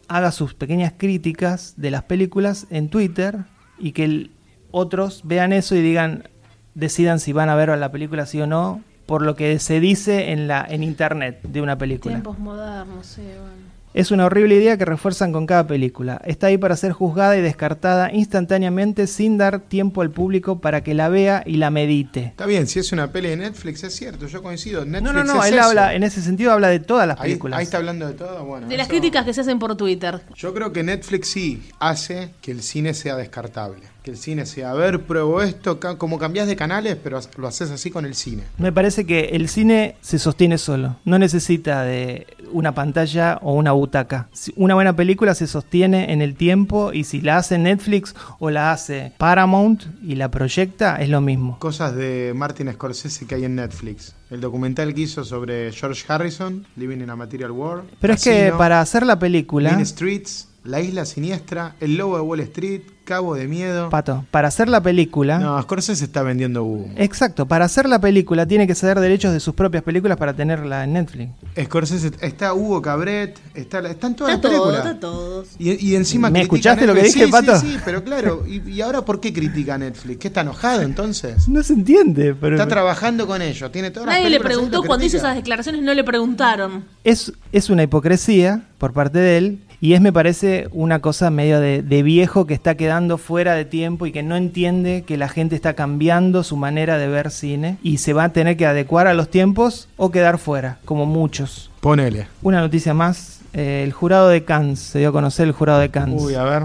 Speaker 2: haga sus pequeñas críticas de las películas en Twitter y que el- otros vean eso y digan, decidan si van a ver la película sí o no, por lo que se dice en la en internet de una película.
Speaker 5: Tiempos modernos, sí, bueno.
Speaker 2: Es una horrible idea que refuerzan con cada película. Está ahí para ser juzgada y descartada instantáneamente sin dar tiempo al público para que la vea y la medite.
Speaker 4: Está bien, si es una peli de Netflix, es cierto, yo coincido.
Speaker 2: No,
Speaker 4: Netflix
Speaker 2: no, no,
Speaker 4: es
Speaker 2: él
Speaker 4: eso.
Speaker 2: habla, en ese sentido habla de todas las
Speaker 4: Ahí-
Speaker 2: películas.
Speaker 4: Ahí, está hablando de todo, bueno.
Speaker 5: De las
Speaker 4: eso-
Speaker 5: críticas que se hacen por Twitter.
Speaker 4: Yo creo que Netflix sí hace que el cine sea descartable. Que el cine sea, a ver, pruebo esto, ca- como cambiás de canales, pero ha- lo haces así con el cine.
Speaker 2: Me parece que el cine se sostiene solo, no necesita de una pantalla o una butaca. Si Una buena película se sostiene en el tiempo y si la hace Netflix o la hace Paramount y la proyecta es lo mismo.
Speaker 4: Cosas de Martin Scorsese que hay en Netflix. El documental que hizo sobre George Harrison, Living in a Material World.
Speaker 2: Pero es que
Speaker 4: Casino,
Speaker 2: para hacer la película,
Speaker 4: Mean Streets, La Isla Siniestra, El Lobo de Wall Street, Cabo de Miedo.
Speaker 2: Pato, para hacer la película,
Speaker 4: No, Scorsese está vendiendo humo.
Speaker 2: exacto, para hacer la película tiene que ceder derechos de sus propias películas para tenerla en Netflix.
Speaker 4: Scorsese, está Hugo Cabret, está, la- están todas
Speaker 5: Está
Speaker 4: las
Speaker 5: todo,
Speaker 4: películas.
Speaker 5: está todos.
Speaker 4: Y, y encima
Speaker 2: ¿Me
Speaker 4: critica
Speaker 2: escuchaste lo que
Speaker 4: Netflix.
Speaker 2: dije,
Speaker 4: sí,
Speaker 2: Pato?
Speaker 4: Sí, sí, pero claro. ¿Y, y ahora por qué critica a Netflix? ¿Qué está enojado entonces?
Speaker 2: No se entiende, pero
Speaker 4: Está trabajando con ellos, tiene todas las
Speaker 5: Nadie le
Speaker 4: películas,
Speaker 5: preguntó
Speaker 4: ¿sabes lo que
Speaker 5: cuando hizo
Speaker 4: critica?
Speaker 5: esas declaraciones, no le preguntaron.
Speaker 2: es, es una hipocresía por parte de él y es, me parece, una cosa medio de, de viejo que está quedando fuera de tiempo y que no entiende que la gente está cambiando su manera de ver cine y se va a tener que adecuar a los tiempos o quedar fuera, como muchos.
Speaker 4: Ponele.
Speaker 2: Una noticia más, eh, el jurado de Cannes, se dio a conocer el jurado de Cannes.
Speaker 4: Uy, a ver.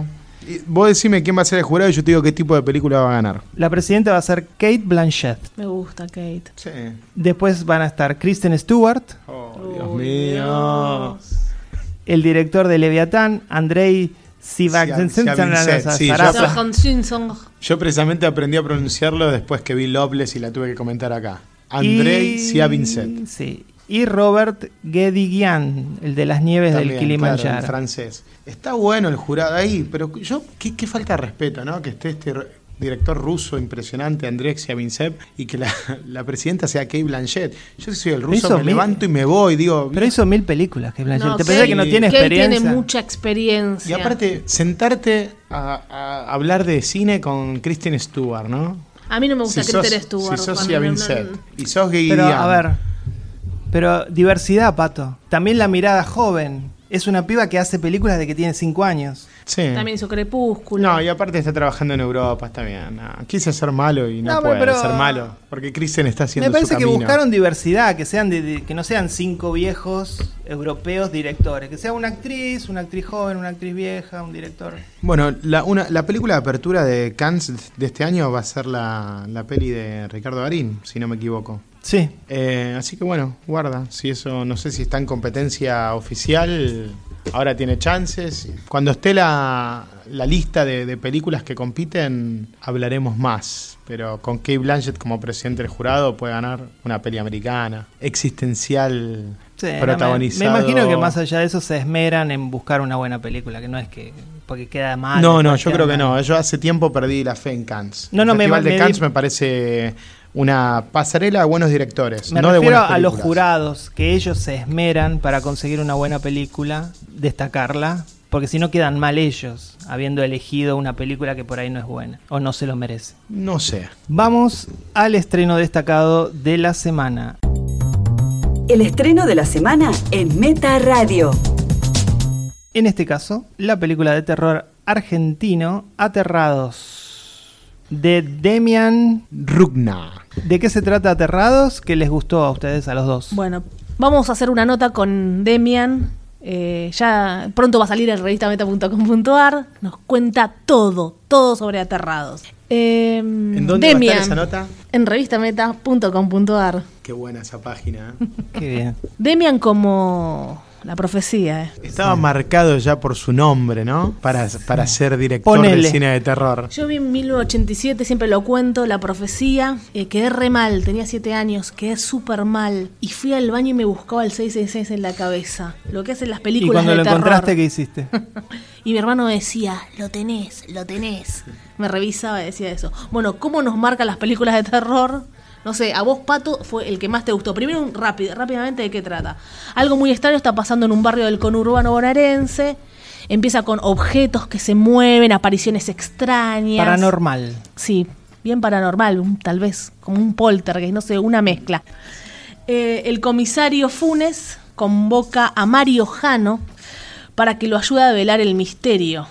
Speaker 4: Y vos decime quién va a ser el jurado y yo te digo qué tipo de película va a ganar.
Speaker 2: La presidenta va a ser Kate Blanchett.
Speaker 5: Me gusta, Kate.
Speaker 4: Sí.
Speaker 2: Después van a estar Kristen Stewart,
Speaker 4: Oh, Dios mío.
Speaker 2: el director de Leviatán, Andrei Sivak-
Speaker 4: Siavicet, sí, ya-
Speaker 2: Sarasa.
Speaker 5: Con Simpson.
Speaker 4: Yo precisamente aprendí a pronunciarlo después que vi Loveless y la tuve que comentar acá. Andrei
Speaker 2: Y-
Speaker 4: Siavincent.
Speaker 2: Sí. Y Robert Guédiguian, el de las nieves del
Speaker 4: También, claro,
Speaker 2: Kilimanjaro.
Speaker 4: en francés. Está bueno el jurado ahí, pero yo qué, qué falta de respeto, ¿no? Que esté este re- director ruso impresionante, Andrei Siavincent, y que la, la presidenta sea Kate Blanchett. Yo soy el ruso,
Speaker 2: hizo
Speaker 4: me
Speaker 2: mil-
Speaker 4: levanto y me voy, digo.
Speaker 2: Pero hizo mil películas, que Blanchett. ¿Te
Speaker 5: Kate-
Speaker 2: pensás que no tiene
Speaker 5: Kate
Speaker 2: experiencia?
Speaker 5: tiene mucha
Speaker 4: Y
Speaker 5: experiencia.
Speaker 4: aparte, sentarte a, a hablar de cine con Kristen Stewart, ¿no?
Speaker 5: a mí no me gusta
Speaker 4: si
Speaker 5: Kristen
Speaker 4: sos,
Speaker 5: Stewart.
Speaker 4: Si sos
Speaker 5: Juan,
Speaker 4: Sia
Speaker 5: no, no,
Speaker 4: Vincent
Speaker 5: no.
Speaker 4: y sos gay
Speaker 2: Pero, a ver. Pero diversidad, pato. También la mirada joven. Es una piba que hace películas de que tiene 5 años.
Speaker 4: Sí.
Speaker 5: También hizo Crepúsculo.
Speaker 4: No, y aparte está trabajando en Europa, está bien. no. Quise ser malo y no,
Speaker 2: No,
Speaker 4: puede
Speaker 2: pero-
Speaker 4: ser malo. Porque Kristen está haciendo
Speaker 2: Me parece
Speaker 4: su
Speaker 2: que
Speaker 4: camino.
Speaker 2: buscaron diversidad, que sean de- de- que no sean cinco viejos europeos directores, que sea una actriz, una actriz joven, una actriz vieja, un director.
Speaker 4: Bueno, la, una- la película de apertura de Cannes de este año va a ser la, la peli de Ricardo Darín, si no me equivoco.
Speaker 2: Sí,
Speaker 4: Eh, así que bueno, guarda. Si eso, no sé si está en competencia oficial, ahora tiene chances. Cuando esté la, la lista de, de películas que compiten hablaremos más, pero con Kate Blanchett como presidente del jurado puede ganar una peli americana, existencial,
Speaker 2: Sí, no, me, me
Speaker 4: protagonizado.
Speaker 2: imagino que más allá de eso se esmeran en buscar una buena película, que no es que porque queda mal.
Speaker 4: No,
Speaker 2: después
Speaker 4: no, yo
Speaker 2: queda
Speaker 4: creo que
Speaker 2: Ah, mal.
Speaker 4: no. Yo hace tiempo perdí la fe en Cannes.
Speaker 2: No, no,
Speaker 4: El
Speaker 2: me-
Speaker 4: Festival
Speaker 2: me
Speaker 4: de
Speaker 2: di-
Speaker 4: Cannes me parece una pasarela de buenos directores,
Speaker 2: Me
Speaker 4: no de
Speaker 2: refiero
Speaker 4: buenas
Speaker 2: a los
Speaker 4: películas.
Speaker 2: jurados, que ellos se esmeran para conseguir una buena película, destacarla, porque si no quedan mal ellos, habiendo elegido una película que por ahí no es buena o no se lo merece.
Speaker 4: No sé.
Speaker 2: Vamos al estreno destacado de la semana.
Speaker 1: El estreno de la semana en Meta Radio.
Speaker 2: En este caso, la película de terror argentino Aterrados de Demian.
Speaker 4: Rugna.
Speaker 2: ¿De qué se trata Aterrados? Que les gustó a ustedes a los dos.
Speaker 6: Bueno,
Speaker 3: Vamos a hacer una nota con Demian. eh, ya pronto va a salir en revistameta.com.ar. Nos cuenta todo, todo sobre aterrados. Eh,
Speaker 4: ¿En dónde va a
Speaker 3: Demian,
Speaker 4: estar esa nota?
Speaker 3: En revistameta.com.ar.
Speaker 4: Qué buena esa página.
Speaker 2: Qué bien.
Speaker 3: Demian como la profecía. eh.
Speaker 4: Estaba marcado ya por su nombre, ¿no? Para, para ser director
Speaker 2: Ponele.
Speaker 4: de cine de terror.
Speaker 3: Yo vi en 1987, siempre lo cuento, la profecía. eh, quedé re mal, tenía 7 años, quedé súper mal. Y fui al baño y me buscaba el 666 en la cabeza. Lo que hacen las
Speaker 2: Y
Speaker 3: películas
Speaker 2: cuando
Speaker 3: de
Speaker 2: lo
Speaker 3: terror.
Speaker 2: encontraste, ¿qué hiciste?
Speaker 3: Y mi hermano decía, lo tenés, lo tenés. Me revisaba y decía eso. Bueno, ¿cómo nos marcan las películas de terror? No sé, a vos, Pato, fue el que más te gustó. Primero, un rápido, rápidamente, ¿de qué trata? Algo muy extraño está pasando en un barrio del conurbano bonaerense. Empieza con objetos que se mueven, apariciones extrañas.
Speaker 2: Paranormal.
Speaker 3: Sí, bien paranormal, un- tal vez, como un poltergeist, no sé, una mezcla. Eh, el comisario Funes convoca a Mario Jano para que lo ayude a velar el misterio.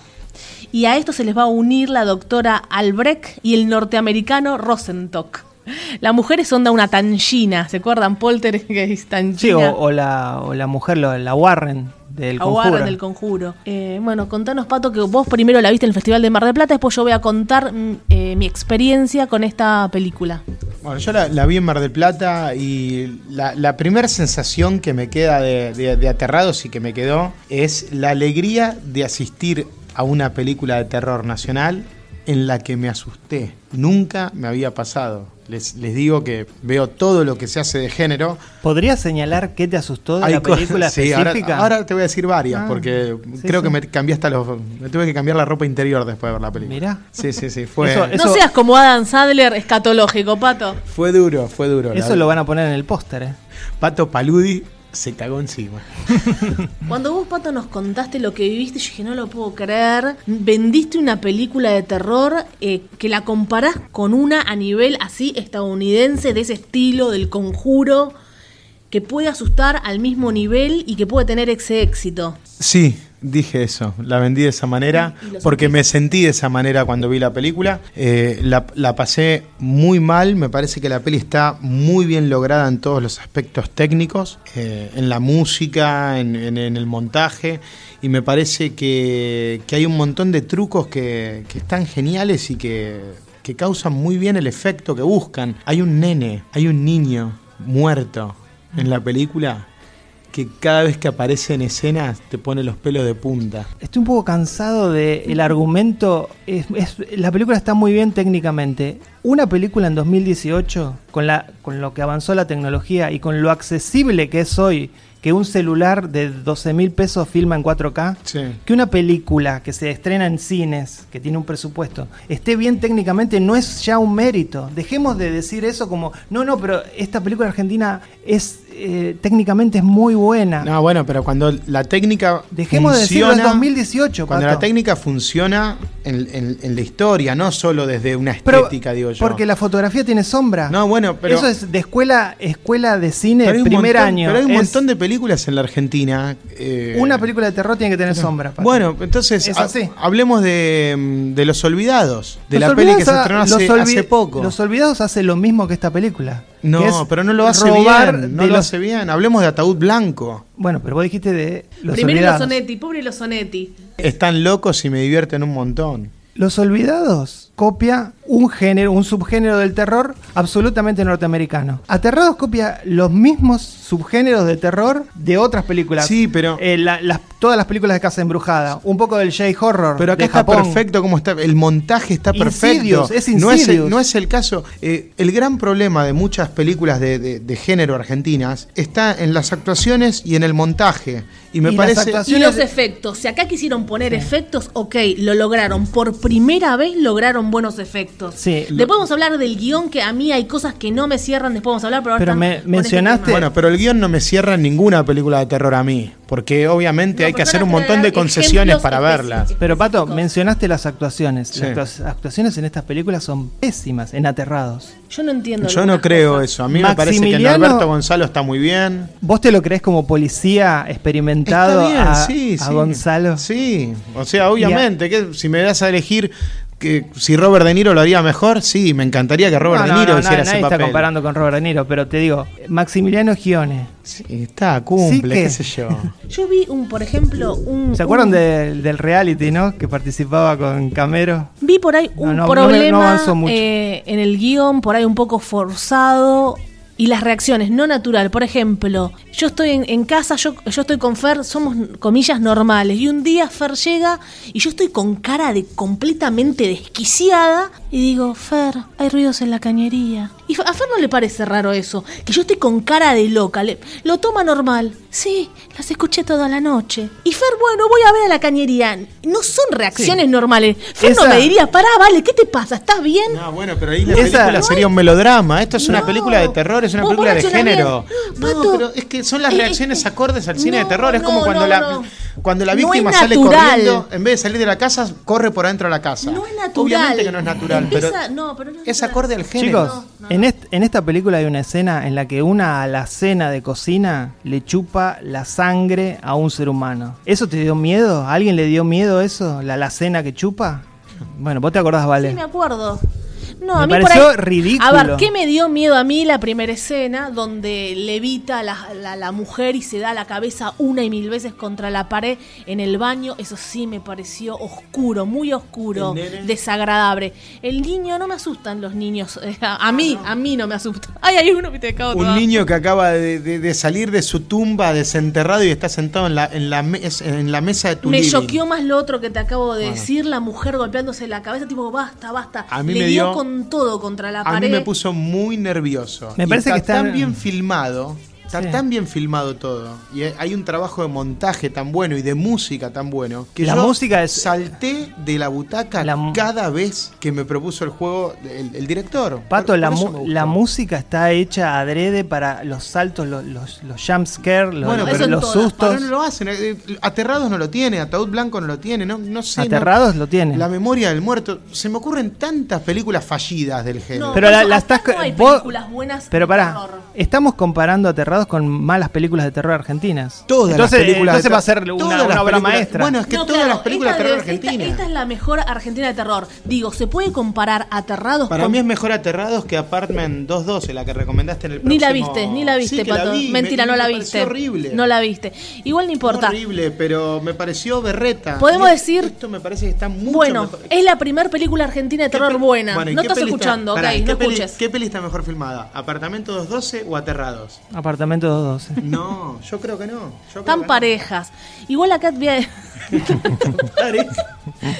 Speaker 3: Y a esto se les va a unir la doctora Albrecht y el norteamericano Rosentok. La mujer es onda una tanchina, ¿se acuerdan? Poltergeist, tanchina.
Speaker 2: Sí, o, o la, o la mujer, lo- la Warren del
Speaker 3: Aguardan
Speaker 2: conjuro.
Speaker 3: del conjuro. Eh, bueno, contanos, Pato, que vos primero la viste en el Festival de Mar del Plata, después yo voy a contar mm, eh, mi experiencia con esta película.
Speaker 4: Bueno, yo la, la vi en Mar del Plata y la, la primera sensación que me queda de, de- de aterrados y que me quedó es la alegría de asistir a una película de terror nacional en la que me asusté. Nunca me había pasado. Les, les digo que veo todo lo que se hace de género.
Speaker 2: ¿Podrías señalar qué te asustó de
Speaker 4: Hay
Speaker 2: la
Speaker 4: cosas-
Speaker 2: película
Speaker 4: sí, ahora-
Speaker 2: específica?
Speaker 4: Ahora, te voy a decir varias,
Speaker 2: Ah,
Speaker 4: porque
Speaker 2: sí,
Speaker 4: creo
Speaker 2: sí.
Speaker 4: que me cambié hasta los. Me tuve que cambiar la ropa interior después de ver la película.
Speaker 2: Mirá.
Speaker 4: Sí, sí, sí. Fue,
Speaker 2: Eso- eso-
Speaker 3: No seas como Adam Sadler escatológico, Pato.
Speaker 4: fue duro, fue duro. la
Speaker 2: Eso
Speaker 4: verdad.
Speaker 2: lo van a poner en el póster. ¿eh?
Speaker 4: Pato Paludi se cagó encima.
Speaker 3: Cuando vos, Pato, nos contaste lo que viviste, yo dije, no lo puedo creer. Vendiste una película de terror eh, que la comparás con una a nivel así estadounidense, de ese estilo, del conjuro, que puede asustar al mismo nivel y que puede tener ese éxito.
Speaker 4: Sí, dije eso. La vendí de esa manera
Speaker 3: Y lo
Speaker 4: porque me sentí de esa manera cuando vi la película. Eh, la, la pasé muy mal. Me parece que la peli está muy bien lograda en todos los aspectos técnicos, eh, en la música, en, en- en el montaje. Y me parece que, que hay un montón de trucos que, que están geniales y que, que causan muy bien el efecto que buscan. Hay un nene, hay un niño muerto en la película que cada vez que aparece en escena te pone los pelos de punta.
Speaker 2: Estoy un poco cansado del argumento. Es- es- la película está muy bien técnicamente. Una película en 2018, con, la, con lo que avanzó la tecnología y con lo accesible que es hoy, que un celular de 12 mil pesos filma en 4K,
Speaker 4: Sí.
Speaker 2: que una película que se estrena en cines, que tiene un presupuesto, esté bien técnicamente, no es ya un mérito. Dejemos de decir eso como, no, no, pero esta película argentina es eh, técnicamente es muy buena.
Speaker 4: No, bueno, pero cuando la técnica
Speaker 2: Dejemos de decirlo,
Speaker 4: funciona-
Speaker 2: es 2018,
Speaker 4: Cuando
Speaker 2: Pato.
Speaker 4: la técnica funciona en, en- en la historia, no solo desde una
Speaker 2: Pero-
Speaker 4: estética, digo yo.
Speaker 2: Porque la fotografía tiene sombra.
Speaker 4: No, bueno, pero-
Speaker 2: Eso es de escuela, escuela de cine,
Speaker 4: Pero hay un
Speaker 2: primer
Speaker 4: montón-
Speaker 2: año.
Speaker 4: Pero hay un
Speaker 2: Es-
Speaker 4: montón de películas en la Argentina. eh,
Speaker 2: Una película de terror tiene que tener sombra. Pato.
Speaker 4: Bueno, entonces
Speaker 2: Es
Speaker 4: ha-
Speaker 2: así.
Speaker 4: hablemos de, mm, de Los Olvidados, de
Speaker 2: Los
Speaker 4: la peli que se
Speaker 2: Olvidados
Speaker 4: estrenó
Speaker 2: ha-
Speaker 4: hace,
Speaker 2: Los Olvi-
Speaker 4: hace poco.
Speaker 2: Los Olvidados hace lo mismo que esta película.
Speaker 4: no,
Speaker 2: que es
Speaker 4: pero no lo hace
Speaker 2: robar
Speaker 4: bien, no
Speaker 2: de
Speaker 4: lo
Speaker 2: los-
Speaker 4: hace bien. Hablemos de Ataúd Blanco.
Speaker 2: Bueno, pero vos dijiste de los
Speaker 3: Primero los
Speaker 2: olvidados.
Speaker 3: Sonetti, pobre los Sonetti.
Speaker 4: Están locos y me divierten un montón.
Speaker 2: Los Olvidados copia un género, un subgénero del terror absolutamente norteamericano. Aterrados copia los mismos subgéneros de terror de otras películas.
Speaker 4: Sí, pero-
Speaker 2: Eh, la- las- todas las películas de Casa Embrujada, un poco del J-Horror.
Speaker 4: Pero acá
Speaker 2: de
Speaker 4: está
Speaker 2: Japón.
Speaker 4: perfecto como está, el montaje está perfecto.
Speaker 2: Insidious, es
Speaker 4: no, es
Speaker 2: Insidious.
Speaker 4: el, no es el caso. Eh, el gran problema de muchas películas de, de- de género argentinas está en las actuaciones y en el montaje. Y me
Speaker 2: Y las
Speaker 4: parece.
Speaker 2: actuaciones-
Speaker 3: Y los efectos. Si acá quisieron poner efectos, ok, lo lograron. Por primera vez lograron buenos efectos.
Speaker 2: Sí.
Speaker 3: Después vamos a hablar del guión, que a mí hay cosas que no me cierran, después vamos a hablar, pero ahora
Speaker 2: Pero
Speaker 3: están
Speaker 2: me-
Speaker 3: con este
Speaker 2: mencionaste-
Speaker 3: tema.
Speaker 4: Bueno, pero el guión no me cierra en ninguna película de terror a mí. Porque obviamente
Speaker 3: No,
Speaker 4: hay que
Speaker 3: porque
Speaker 4: hacer
Speaker 3: ahora
Speaker 4: un
Speaker 3: te voy a
Speaker 4: montón de
Speaker 3: dar
Speaker 4: concesiones
Speaker 3: ejemplos
Speaker 4: para verlas.
Speaker 3: específicos.
Speaker 2: Pero Pato, mencionaste las actuaciones.
Speaker 4: Sí.
Speaker 2: Las actua- actuaciones en estas películas son pésimas, en Aterrados.
Speaker 3: Yo no entiendo.
Speaker 4: Yo no
Speaker 3: algunas
Speaker 4: creo
Speaker 3: cosas.
Speaker 4: eso. A mí me parece que
Speaker 2: Maximiliano-
Speaker 4: Norberto Gonzalo está muy bien.
Speaker 2: ¿Vos te lo crees como policía experimentado
Speaker 4: Está bien,
Speaker 2: a,
Speaker 4: sí,
Speaker 2: a
Speaker 4: sí.
Speaker 2: Gonzalo?
Speaker 4: Sí, o sea, obviamente, que si me das a elegir que si Robert De Niro lo haría mejor, sí, me encantaría que Robert
Speaker 2: No,
Speaker 4: De
Speaker 2: no,
Speaker 4: Niro
Speaker 2: no,
Speaker 4: hiciera
Speaker 2: nadie
Speaker 4: ese
Speaker 2: está
Speaker 4: papel.
Speaker 2: comparando con Robert De Niro, pero te digo, Maximiliano Gione.
Speaker 4: Sí, está, cumple,
Speaker 2: Sí, ¿qué?
Speaker 4: qué sé yo.
Speaker 3: Yo vi un, por ejemplo, un.
Speaker 2: ¿Se acuerdan
Speaker 3: un-
Speaker 2: del- del reality, no? Que participaba con Camero.
Speaker 3: Vi por ahí
Speaker 2: No,
Speaker 3: un
Speaker 2: no, no me- no
Speaker 3: problema
Speaker 2: avanzó mucho.
Speaker 3: eh, en el guión, por ahí un poco forzado. Y las reacciones no natural. Por ejemplo, yo estoy en, en casa, yo, yo estoy con Fer, somos comillas normales. Y un día Fer llega y yo estoy con cara de completamente desquiciada. Y digo, Fer, hay ruidos en la cañería. Y a Fer no le parece raro eso, que yo estoy con cara de loca. le- lo toma normal. Sí, las escuché toda la noche. Y Fer, bueno, voy a ver a la cañería. No son reacciones normales. Fer no
Speaker 2: Esa-
Speaker 3: me diría, pará, vale, ¿qué te pasa? ¿Estás bien?
Speaker 4: No, bueno, pero ahí la
Speaker 2: Esa-
Speaker 4: película sería un melodrama. Esto es una
Speaker 3: No.
Speaker 4: película de terror, es una
Speaker 3: Vos-
Speaker 4: película
Speaker 3: vos
Speaker 4: de
Speaker 3: reaccionás
Speaker 4: género.
Speaker 3: bien. No,
Speaker 4: No,
Speaker 3: Pato.
Speaker 4: pero es que son las
Speaker 3: Eh,
Speaker 4: reacciones
Speaker 3: eh,
Speaker 4: acordes al cine
Speaker 3: no,
Speaker 4: de terror. Es como
Speaker 3: no,
Speaker 4: cuando,
Speaker 3: no,
Speaker 4: la,
Speaker 3: no.
Speaker 4: cuando la
Speaker 3: No es
Speaker 4: víctima sale
Speaker 3: natural.
Speaker 4: corriendo, en vez de salir de la casa, corre por adentro de la casa.
Speaker 3: No es natural.
Speaker 4: Obviamente que no es natural, pero,
Speaker 3: Empieza- no, pero no es
Speaker 4: es
Speaker 3: natural.
Speaker 4: acorde al género.
Speaker 2: Chicos, En, est- en esta película hay una escena en la que una alacena de cocina le chupa la sangre a un ser humano. ¿Eso te dio miedo? ¿A alguien le dio miedo eso? ¿La alacena que chupa? Bueno, vos te acordás, Vale.
Speaker 3: Sí, me acuerdo. No,
Speaker 2: Me
Speaker 3: a mí por
Speaker 2: pareció
Speaker 3: ahí-
Speaker 2: ridículo.
Speaker 3: A ver, ¿qué me dio miedo a mí la primera escena donde levita la, la, la mujer y se da la cabeza una y mil veces contra la pared en el baño? Eso sí me pareció oscuro, muy oscuro, desagradable. El niño, no me asustan los niños. eh, A, a mí, a mí no me asusta. Ay, hay uno que te cago
Speaker 4: Ah, Un
Speaker 3: toda.
Speaker 4: niño que acaba de, de- de salir de su tumba desenterrado y está sentado en la, en la, mes- en la mesa de tu
Speaker 3: Me
Speaker 4: living. Ah.
Speaker 3: choqueó más lo otro que te acabo de decir, la mujer golpeándose la cabeza, tipo, basta, basta.
Speaker 4: A mí
Speaker 3: Le
Speaker 4: me dio-
Speaker 3: con todo contra la
Speaker 4: A
Speaker 3: pared.
Speaker 4: mí me puso muy nervioso.
Speaker 2: Me
Speaker 4: Y
Speaker 2: parece que
Speaker 4: está tan
Speaker 2: están-
Speaker 4: bien filmado. Está
Speaker 2: Sí.
Speaker 4: tan bien filmado todo. Y hay- hay un trabajo de montaje tan bueno y de música tan bueno. Que
Speaker 2: La
Speaker 4: yo
Speaker 2: música es-
Speaker 4: Salté de la butaca
Speaker 2: La mu-
Speaker 4: cada vez que me propuso el juego el, el director.
Speaker 2: Pato,
Speaker 4: Por-
Speaker 2: la,
Speaker 4: por eso
Speaker 2: mu-
Speaker 4: me gustó.
Speaker 2: la música está hecha adrede para los saltos, los, los, los jumpscares, los,
Speaker 4: Bueno,
Speaker 2: los- los
Speaker 4: pero-
Speaker 3: Eso en todas,
Speaker 2: sustos.
Speaker 4: Pero no lo hacen. eh, eh, Aterrados no lo tiene. Ataúd Blanco no lo tiene. No, no sé. no-
Speaker 2: Aterrados lo tienen.
Speaker 4: La memoria del muerto. Se me ocurren tantas películas fallidas del género.
Speaker 3: No,
Speaker 2: Pero la,
Speaker 3: Pato,
Speaker 2: la
Speaker 3: acá
Speaker 2: estás.
Speaker 3: no hay
Speaker 2: vos-
Speaker 3: películas buenas de
Speaker 2: Pero pará,
Speaker 3: terror.
Speaker 2: estamos comparando Aterrados con malas películas de terror argentinas.
Speaker 4: Todas
Speaker 2: entonces,
Speaker 4: las películas. de
Speaker 2: Entonces va a ser
Speaker 4: terror-
Speaker 2: una,
Speaker 4: todas
Speaker 2: una
Speaker 4: las
Speaker 2: obra
Speaker 4: películas-
Speaker 2: maestra.
Speaker 4: Bueno, es que
Speaker 3: No,
Speaker 4: todas
Speaker 3: claro,
Speaker 4: las películas de
Speaker 3: esta
Speaker 4: terror
Speaker 3: debe- esta-
Speaker 4: argentina.
Speaker 3: Esta, es la mejor argentina de terror. Digo, ¿se puede comparar Aterrados
Speaker 4: Para
Speaker 3: con.?
Speaker 4: mí es mejor Aterrados que Apartment 212, la que recomendaste en el
Speaker 3: ni
Speaker 4: próximo...
Speaker 3: la viste, ni la viste,
Speaker 4: Sí que
Speaker 3: Pato.
Speaker 4: vi,
Speaker 3: Mentira,
Speaker 4: me-
Speaker 3: no
Speaker 4: me
Speaker 3: la
Speaker 4: pareció
Speaker 3: viste.
Speaker 4: horrible.
Speaker 3: No la viste. Igual no importa.
Speaker 4: Horrible, pero me pareció berreta.
Speaker 3: Podemos
Speaker 4: Y
Speaker 3: decir-
Speaker 4: Esto me parece que está mucho
Speaker 3: Bueno,
Speaker 4: mejor.
Speaker 3: es la primera película argentina de
Speaker 4: ¿Qué
Speaker 3: terror
Speaker 4: pe-
Speaker 3: buena.
Speaker 4: Bueno, ¿y
Speaker 3: no
Speaker 4: qué
Speaker 3: estás
Speaker 4: peli está-
Speaker 3: escuchando,
Speaker 4: Pará,
Speaker 3: ok,
Speaker 4: ¿qué
Speaker 3: no
Speaker 4: peli-
Speaker 3: escuches.
Speaker 4: ¿Qué peli está mejor filmada? ¿Apartamento 212 o Aterrados?
Speaker 2: Apartamento 212.
Speaker 4: No, yo creo que no. Yo creo que
Speaker 3: Tan
Speaker 4: no.
Speaker 3: parejas. Igual acá voy a-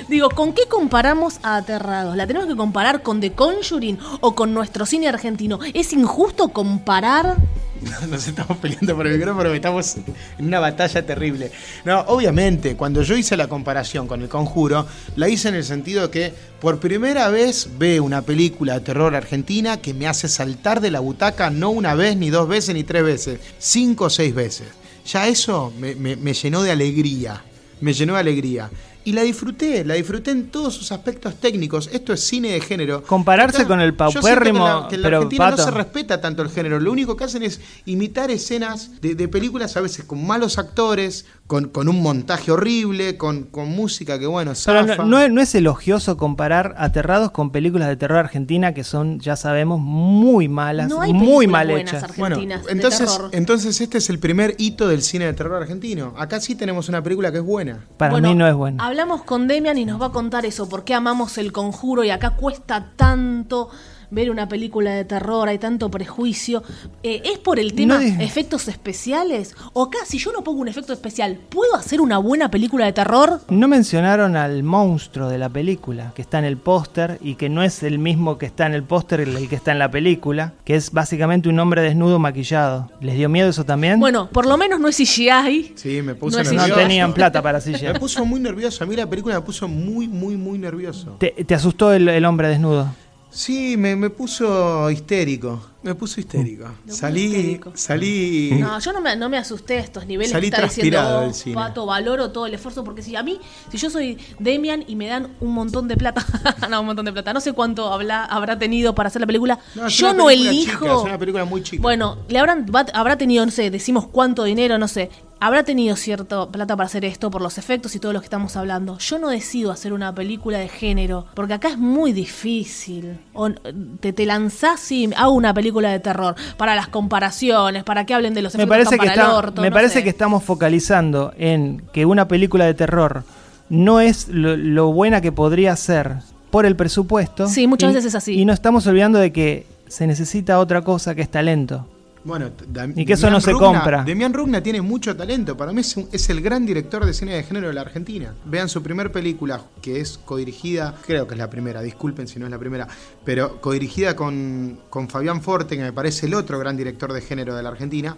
Speaker 3: Digo, ¿con qué comparamos a Aterrados? ¿La tenemos que comparar con The Conjuring o con nuestro cine argentino? ¿Es injusto comparar?
Speaker 4: Nos estamos peleando por el micrófono, estamos en una batalla terrible. No, obviamente, cuando yo hice la comparación con El Conjuro, la hice en el sentido que por primera vez ve una película de terror argentina que me hace saltar de la butaca no una vez, ni dos veces, ni tres veces, cinco o seis veces. Ya eso me, me- me llenó de alegría, me llenó de alegría. Y la disfruté, la disfruté en todos sus aspectos técnicos. Esto es cine de género.
Speaker 2: Compararse con el
Speaker 4: yo siento que en
Speaker 2: paupérrimo,
Speaker 4: que en
Speaker 2: pero,
Speaker 4: Argentina no
Speaker 2: Pato.
Speaker 4: se respeta tanto el género. Lo único que hacen es imitar escenas de, de películas a veces con malos actores, con, con un montaje horrible, con, con música que, bueno,
Speaker 2: Pero
Speaker 4: zafa.
Speaker 2: no, no es, no es elogioso comparar Aterrados con películas de terror argentina que son, ya sabemos, muy malas,
Speaker 3: No hay
Speaker 2: muy
Speaker 3: películas
Speaker 2: mal
Speaker 3: buenas
Speaker 2: hechas.
Speaker 3: argentinas.
Speaker 4: bueno,
Speaker 3: de
Speaker 4: entonces,
Speaker 3: terror.
Speaker 4: entonces este es el primer hito del cine de terror argentino. Acá sí tenemos una película que es buena.
Speaker 2: Para
Speaker 3: Bueno,
Speaker 2: mí no es bueno.
Speaker 3: Hablamos con Demian y nos va a contar eso, por qué amamos el conjuro y acá cuesta tanto ver una película de terror, hay tanto prejuicio. Eh, ¿Es por el tema
Speaker 2: No digas.
Speaker 3: efectos especiales? O acá, si yo no pongo un efecto especial, ¿puedo hacer una buena película de terror?
Speaker 2: No mencionaron al monstruo de la película, que está en el póster y que no es el mismo que está en el póster, el el que está en la película, que es básicamente un hombre desnudo maquillado. ¿Les dio miedo eso también?
Speaker 3: Bueno, por lo menos no es CGI.
Speaker 4: Sí, me puso
Speaker 3: No es
Speaker 2: no
Speaker 4: nervioso.
Speaker 2: tenían plata para
Speaker 4: Me
Speaker 2: silla.
Speaker 4: puso muy nervioso. A mí la película me puso muy, muy, muy nervioso.
Speaker 2: ¿Te, te asustó el, el hombre desnudo?
Speaker 4: Sí, me, me puso histérico. Me puso histérico.
Speaker 3: puso
Speaker 4: salí,
Speaker 3: histérico.
Speaker 4: salí.
Speaker 3: No, yo no me, no me asusté a estos niveles
Speaker 4: Salí
Speaker 3: que está diciendo
Speaker 4: transpirado
Speaker 3: vos,
Speaker 4: del cine.
Speaker 3: Pato, valoro todo el esfuerzo, porque si a mí, si yo soy Demian y me dan un montón de plata, no, un montón de plata, no sé cuánto habla, habrá tenido para hacer la película,
Speaker 4: No, es
Speaker 3: yo
Speaker 4: una
Speaker 3: no
Speaker 4: película
Speaker 3: elijo.
Speaker 4: chica, es una película muy chica.
Speaker 3: Bueno, le habrán, va- habrá tenido, no sé, decimos cuánto dinero, no sé, habrá tenido cierta plata para hacer esto por los efectos y todo lo que estamos hablando. Yo no decido hacer una película de género, porque acá es muy difícil. O n- te, te lanzás y hago una película de terror, para las comparaciones, para que hablen de los
Speaker 2: Me
Speaker 3: efectos
Speaker 2: parece,
Speaker 3: están
Speaker 2: que,
Speaker 3: para
Speaker 2: está-
Speaker 3: el orto,
Speaker 2: me
Speaker 3: no
Speaker 2: parece
Speaker 3: sé.
Speaker 2: que estamos focalizando en que una película de terror no es lo, lo buena que podría ser por el presupuesto.
Speaker 3: Sí, muchas
Speaker 2: Y-
Speaker 3: veces es así.
Speaker 2: Y no estamos olvidando de que se necesita otra cosa que es talento.
Speaker 4: Bueno, t- Dam-
Speaker 2: Y que eso
Speaker 4: Demián
Speaker 2: no se
Speaker 4: Rugna-
Speaker 2: compra.
Speaker 4: Demián Rugna tiene mucho talento. Para mí es, un- es el gran director de cine de género de la Argentina. Vean su primer película, que es codirigida, creo que es la primera, disculpen si no es la primera, pero codirigida con, con Fabián Forte, que me parece el otro gran director de género de la Argentina,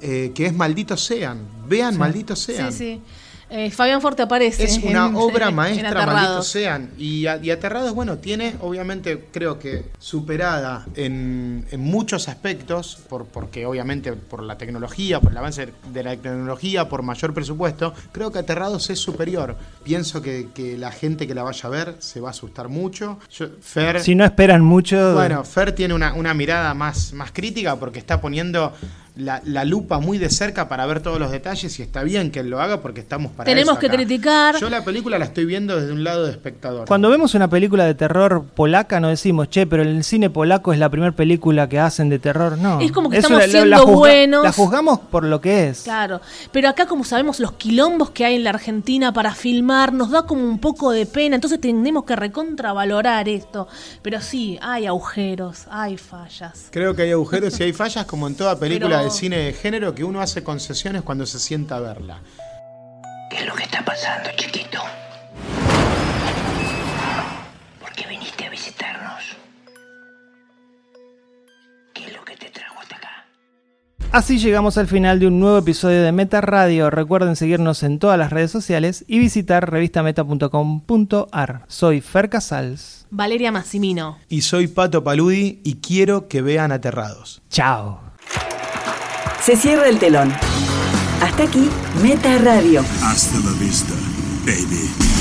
Speaker 4: eh, que es Malditos Sean. Vean Malditos Sean.
Speaker 3: Sí, sí. Eh, Fabián Forte aparece.
Speaker 4: Es una
Speaker 3: en-
Speaker 4: obra
Speaker 3: en
Speaker 4: maestra,
Speaker 3: Aterrados.
Speaker 4: malditos sean. Y, a- y Aterrados, bueno, tiene, obviamente, creo que superada en, en muchos aspectos, por, porque obviamente por la tecnología, por el avance de la tecnología, por mayor presupuesto, creo que Aterrados es superior. Pienso que, que la gente que la vaya a ver se va a asustar mucho. Yo- Fer,
Speaker 2: Si no esperan mucho.
Speaker 4: bueno, Fer tiene una, una mirada más, más crítica porque está poniendo la, la lupa muy de cerca para ver todos los detalles y está bien que él lo haga porque estamos para
Speaker 3: Tenemos
Speaker 4: eso
Speaker 3: que
Speaker 4: acá.
Speaker 3: criticar.
Speaker 4: Yo la película la estoy viendo desde un lado de espectador.
Speaker 2: Cuando vemos una película de terror polaca no decimos, che, pero el cine polaco es la primera película que hacen de terror. No.
Speaker 3: Es como que
Speaker 2: Eso
Speaker 3: estamos siendo
Speaker 2: juzga-
Speaker 3: buenos.
Speaker 2: La juzgamos por lo que es.
Speaker 3: Claro, pero acá como sabemos los quilombos que hay en la Argentina para filmar, nos da como un poco de pena, entonces tenemos que recontravalorar esto. Pero sí, hay agujeros, hay fallas.
Speaker 4: Creo que hay agujeros y hay fallas como en toda película
Speaker 3: Pero-
Speaker 4: de cine de género que uno hace concesiones cuando se sienta a verla.
Speaker 7: ¿Qué es lo que está pasando, chiquito? ¿Por qué viniste a visitarnos? ¿Qué es lo que te trajo hasta acá?
Speaker 2: Así llegamos al final de un nuevo episodio de Meta Radio. Recuerden seguirnos en todas las redes sociales y visitar revistameta.com.ar. Soy Fer Casals.
Speaker 3: Valeria Massimino.
Speaker 4: Y soy Pato Paludi y quiero que vean Aterrados.
Speaker 2: Chao.
Speaker 1: Se cierra el telón. Hasta aquí, Meta Radio.
Speaker 8: Hasta la vista, baby.